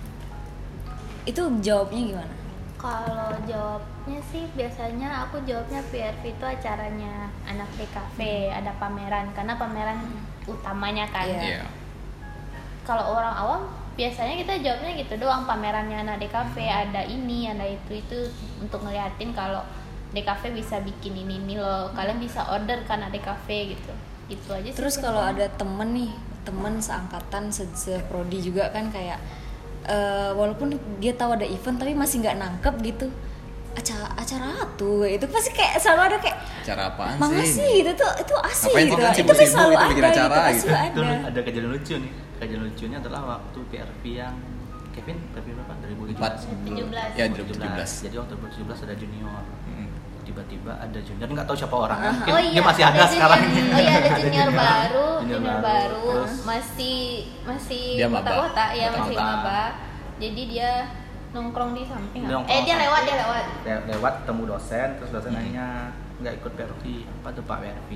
Speaker 2: Itu jawabnya gimana?
Speaker 4: Kalau jawabnya sih biasanya aku jawabnya PRV itu acaranya anak PKV ada pameran karena pameran utamanya kan.
Speaker 1: Iya.
Speaker 2: Iya.
Speaker 4: Kalau orang awam biasanya kita jawabnya gitu doang pamerannya anak DKV ada ini ada itu itu untuk ngeliatin kalau DKV bisa bikin ini ini loh kalian bisa order kan ada DKV gitu itu aja sih
Speaker 2: Terus kalau ada temen nih, temen seangkatan, se- seprodi juga kan kayak eh, walaupun dia tahu ada event tapi masih nggak nangkep gitu. Acara acara tuh itu pasti kayak selalu ada kayak
Speaker 1: cara apaan
Speaker 2: Mangga
Speaker 1: sih
Speaker 2: sih gitu tuh itu asli
Speaker 1: Ngapain sih kan
Speaker 2: gitu. Itu kan
Speaker 1: sibuk-sibuk
Speaker 2: selalu
Speaker 1: gitu
Speaker 2: ada
Speaker 1: bikin acara
Speaker 2: gitu.
Speaker 1: gitu.
Speaker 2: pasti
Speaker 3: Itu
Speaker 2: ada.
Speaker 3: ada kejadian lucu nih. Kejadian lucunya adalah waktu PRV yang Kevin, PRV berapa? 2017.
Speaker 1: empat
Speaker 4: 17.
Speaker 1: ya 2017
Speaker 3: Jadi waktu 2017 ada junior.
Speaker 1: Mm.
Speaker 3: Tiba-tiba ada junior nggak tahu siapa orangnya. Mungkin
Speaker 4: Oh iya,
Speaker 3: dia masih ada,
Speaker 4: junior-
Speaker 3: sekarang.
Speaker 4: Oh iya, ada junior baru,
Speaker 3: Junior
Speaker 4: junior,
Speaker 3: baru.
Speaker 4: baru,
Speaker 3: Terus?
Speaker 4: masih masih
Speaker 1: Dia maba.
Speaker 4: kota-kota ya masih
Speaker 3: Maba.
Speaker 4: maba. Jadi dia nongkrong di samping. apa?
Speaker 3: Nongkrong
Speaker 4: eh dia
Speaker 3: samping.
Speaker 4: lewat, dia lewat.
Speaker 3: Le- lewat temu dosen terus dosen
Speaker 1: Hmm.
Speaker 3: nanya nggak ikut PRV apa tuh Pak PRV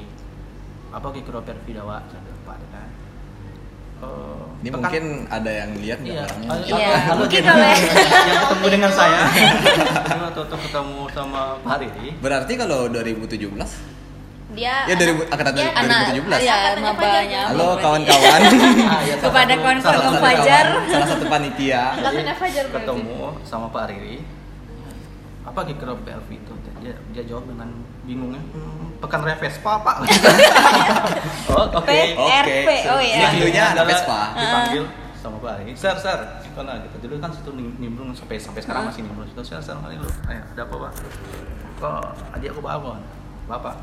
Speaker 3: apa ikut PRV dawa Kata Pak kan oh,
Speaker 1: ini
Speaker 3: pekan-
Speaker 1: mungkin ada yang lihat nggak
Speaker 3: Iya,
Speaker 1: orangnya
Speaker 3: ada-
Speaker 2: Iya,
Speaker 3: ada- ada-
Speaker 2: mungkin
Speaker 3: ada-
Speaker 2: boleh.
Speaker 3: Yang ketemu dengan
Speaker 4: Iya.
Speaker 3: saya. Ini waktu itu ketemu sama Pak Riri.
Speaker 1: berarti kalau 2017
Speaker 4: Dia
Speaker 1: ya dari angkatan
Speaker 4: dia
Speaker 2: anak,
Speaker 1: 2017
Speaker 2: ya
Speaker 4: Angkatannya
Speaker 2: mabanya.
Speaker 1: halo kawan-kawan
Speaker 3: Ah, iya, salah
Speaker 2: Kepada
Speaker 3: satu-
Speaker 2: kawan-kawan
Speaker 1: Salah
Speaker 2: Om
Speaker 3: salah
Speaker 1: satu
Speaker 3: satu
Speaker 1: kawan,
Speaker 2: Fajar.
Speaker 1: salah satu panitia
Speaker 4: Angkatannya Fajar berarti.
Speaker 3: ketemu sama Pak Riri. Apa kira PRV itu? Dia, dia jawab dengan bingungnya. "Hmm, pekan raya Vespa, Pak. oh, oke.
Speaker 2: Pe- RP, oh
Speaker 1: Ini
Speaker 2: iya. Ah.
Speaker 1: clue-nya ada
Speaker 3: Adalah
Speaker 1: Vespa.
Speaker 3: Dipanggil sama Pak Ari. Sir, sir. Karena gitu. Dulu kan situ nim- nimbrung sampai sampai sekarang
Speaker 2: Ah.
Speaker 3: masih nimbrung situ. Sir, sir, mari lu. Ayo, ada apa, Pak? Kok adik aku babon? Bapak.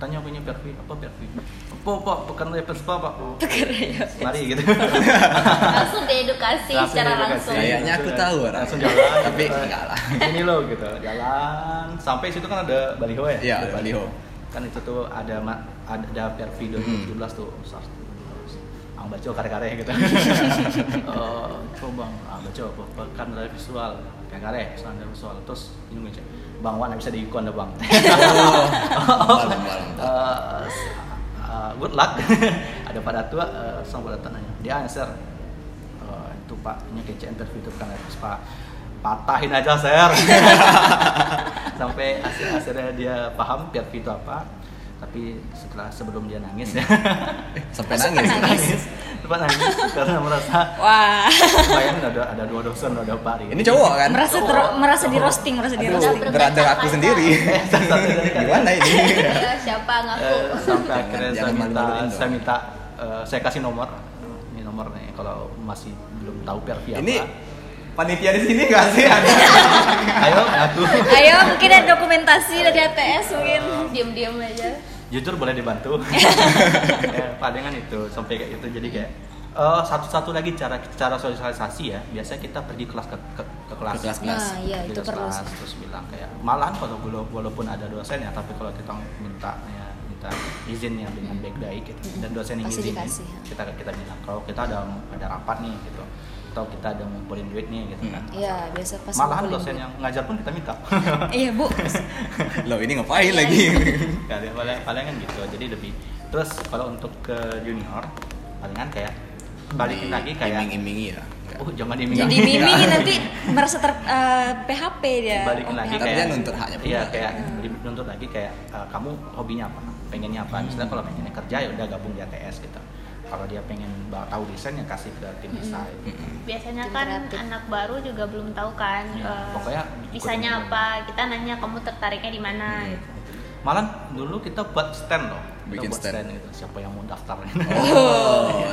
Speaker 3: Tanya punya Pervi, apa Pervi? Apa, Pak? Pekan raya Vespa, Pak. Oh, Mari gitu.
Speaker 4: langsung diedukasi
Speaker 3: Langsung
Speaker 4: secara
Speaker 3: diedukasi.
Speaker 4: langsung.
Speaker 3: Iya.
Speaker 1: kayaknya aku tahu orangnya.
Speaker 3: Langsung jalan.
Speaker 1: tapi enggak lah
Speaker 3: Ini loh gitu. Jalan sampai situ kan ada baliho ya?
Speaker 1: Iya, ada baliho. Hmm.
Speaker 3: Kan itu tuh ada ma- ada, ada Pervi 2017 tuh. Sars 2017. Ang baca kare-kare gitu. Eh, coba Bang, ang baca apa? Pekan dari visual. Kare-kare, pesan dari visual. Terus ini ngecek. Bang Wan bisa di ikon dah Bang.
Speaker 1: Malam, malam.
Speaker 3: Eh, eh, good luck ada pada tua eh, sama pada tanahnya dia answer eh, itu pak ini kecen interview itu bukan Elvis, pak patahin aja ser sampai akhir akhirnya dia paham PRV itu apa tapi setelah sebelum dia nangis
Speaker 1: Eh, sampai
Speaker 2: Masa
Speaker 1: nangis.
Speaker 2: nangis?
Speaker 3: sempat nangis karena merasa
Speaker 2: Wah,
Speaker 3: bayangin ada ada dua dosen ada Pak Ari
Speaker 1: Ini cowok kan?
Speaker 2: merasa ter- merasa di roasting, merasa di
Speaker 1: Aduh,
Speaker 2: roasting.
Speaker 1: brother aku sendiri. Gimana ini?
Speaker 4: Ya, siapa ngaku
Speaker 3: Eh, sampai
Speaker 1: Jangan-
Speaker 3: akhirnya saya
Speaker 1: jangan
Speaker 3: minta
Speaker 1: malu-maluin dong.
Speaker 3: saya minta eh, saya kasih nomor ini nomornya kalau masih belum tahu Pervi apa
Speaker 1: Ini panitia di sini nggak sih ada?
Speaker 3: ayo aku
Speaker 2: Ayo, mungkin ada dokumentasi dari ATS mungkin.
Speaker 3: Eh.
Speaker 4: diam-diam aja
Speaker 3: jujur boleh dibantu ya, palingan itu sampai kayak gitu jadi kayak eh, satu-satu lagi cara cara sosialisasi ya biasanya kita pergi kelas ke, ke- ke kelas
Speaker 1: Ke kelas.
Speaker 2: Nah, iya
Speaker 3: Pergi
Speaker 2: itu
Speaker 3: ke
Speaker 2: perlu.
Speaker 3: kelas, terus bilang kayak malahan kalau wala- walaupun ada dosen ya tapi kalau kita minta ya minta izinnya dengan baik baik gitu dan dosen yang
Speaker 2: Hmm. Pasti
Speaker 3: izin
Speaker 2: dikasih, ya.
Speaker 3: kita kita bilang kalau kita ada ada rapat nih gitu atau kita ada ngumpulin duit nih gitu
Speaker 1: Hmm.
Speaker 3: kan
Speaker 2: Iya, biasa pas
Speaker 3: malahan
Speaker 2: ngumpulin
Speaker 3: dosen
Speaker 2: duit.
Speaker 3: yang ngajar pun kita minta
Speaker 2: Iya, Bu.
Speaker 1: Loh ini ngapain lagi?
Speaker 3: Nggak ada paling palingan gitu jadi lebih terus kalau untuk ke junior palingan kayak balikin lagi kayak
Speaker 1: iming-imingi ya.
Speaker 3: oh jangan iming
Speaker 2: Jadi bimbingin nanti merasa ter eh, PHP dia.
Speaker 3: balikin
Speaker 2: Oh,
Speaker 3: lagi
Speaker 2: PHP.
Speaker 1: Tapi
Speaker 3: kayak
Speaker 1: dia nuntut haknya pula.
Speaker 3: iya kayak lebih nuntut lagi kayak eh, kamu hobinya apa pengennya
Speaker 1: Hmm.
Speaker 3: apa misalnya kalau pengennya kerja ya udah gabung di ATS gitu kalau dia pengen ba- tahu desain ya kasih ke
Speaker 1: Hmm.
Speaker 3: tim desain
Speaker 4: biasanya
Speaker 2: Tim
Speaker 4: kan
Speaker 2: kreatif.
Speaker 4: anak baru juga belum tahu kan
Speaker 3: Ya,
Speaker 4: eh,
Speaker 3: pokoknya
Speaker 4: bisanya
Speaker 3: ikutin
Speaker 4: apa kita nanya kamu tertariknya di mana
Speaker 3: Iya.
Speaker 4: gitu.
Speaker 3: malah dulu kita buat stand loh Kita
Speaker 1: Bikin
Speaker 3: buat
Speaker 1: stand.
Speaker 3: gitu siapa yang mau daftar
Speaker 1: Oh,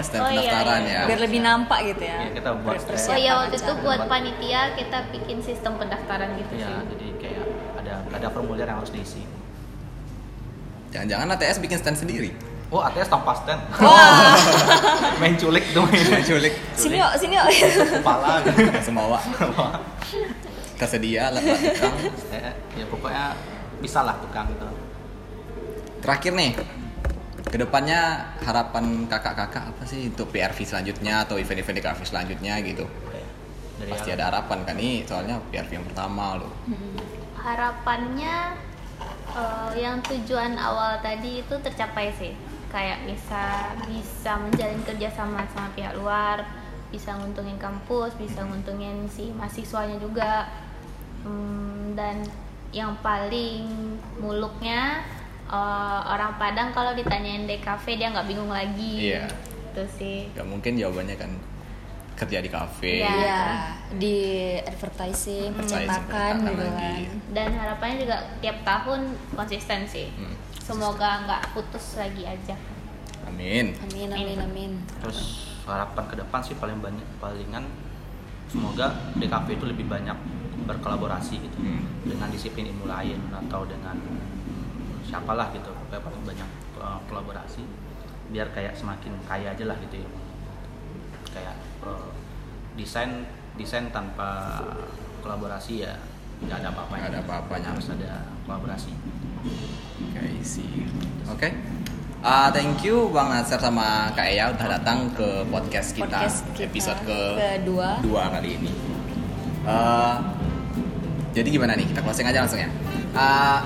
Speaker 1: stand
Speaker 4: Oh, iya,
Speaker 1: pendaftaran
Speaker 4: iya.
Speaker 1: ya.
Speaker 2: Biar lebih nampak gitu ya.
Speaker 3: Iya, kita buat
Speaker 2: Persiapan
Speaker 4: oh iya waktu itu
Speaker 2: acara.
Speaker 4: buat panitia kita bikin sistem pendaftaran gitu
Speaker 3: ya
Speaker 4: sih
Speaker 3: jadi kayak ada ada formulir yang harus diisi
Speaker 1: Jangan-jangan ATS bikin stand sendiri.
Speaker 3: Oh, ATS tanpa stand.
Speaker 2: Wah,
Speaker 3: main culik tuh main
Speaker 1: Culik
Speaker 2: sini yuk, sini yuk.
Speaker 3: kepala gitu.
Speaker 1: semawa. Tersedia alat Pak.
Speaker 3: Tukang, eh, ya pokoknya bisa lah tukang gitu.
Speaker 1: Terakhir nih. Kedepannya harapan kakak-kakak apa sih untuk PRV selanjutnya atau event-event di KRV selanjutnya gitu?
Speaker 3: Kayak Dari
Speaker 1: Pasti ada harapan kan nih, soalnya PRV yang pertama loh.
Speaker 4: harapannya eh, yang tujuan awal tadi itu tercapai sih kayak bisa bisa menjalin kerjasama sama pihak luar bisa nguntungin kampus bisa nguntungin si mahasiswanya juga Hmm, dan yang paling muluknya eh, orang Padang kalau ditanyain DKV dia nggak bingung lagi
Speaker 1: Iya.
Speaker 4: itu sih
Speaker 1: Gak mungkin jawabannya kan kerja di kafe.
Speaker 4: Iya.
Speaker 2: Iya, di advertising,
Speaker 1: percakapan
Speaker 2: percetakan gitu kan.
Speaker 4: dan harapannya juga tiap tahun konsisten sih
Speaker 1: Hmm.
Speaker 4: semoga nggak putus lagi aja
Speaker 1: Amin.
Speaker 2: Amin, amin, amin.
Speaker 3: Terus harapan ke depan sih paling banyak palingan semoga DKP itu lebih banyak berkolaborasi gitu
Speaker 1: Hmm.
Speaker 3: dengan disiplin ilmu lain atau dengan siapalah gitu pokoknya paling banyak eh, kolaborasi biar kayak semakin kaya aja lah gitu ya kayak eh, desain desain tanpa kolaborasi ya nggak ada apa-apanya
Speaker 1: Nggak ada apa-apanya.
Speaker 3: harus ada kolaborasi
Speaker 1: Oke, see. Oke. Ah, thank you Bang Nasir sama Kak Eya udah datang ke podcast kita,
Speaker 2: Podcast kita
Speaker 1: episode ke
Speaker 2: kedua.
Speaker 1: dua kali ini. Eh, jadi gimana nih? Kita closing aja langsung ya. Eh,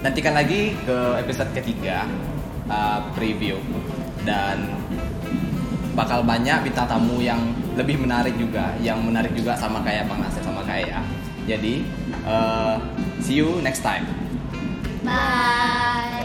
Speaker 1: nantikan lagi ke episode ketiga eh, preview dan bakal banyak bintang tamu yang lebih menarik juga, yang menarik juga sama kayak Bang Nasir sama Kak ah, Eya. Jadi eh, see you next time.
Speaker 4: Bye.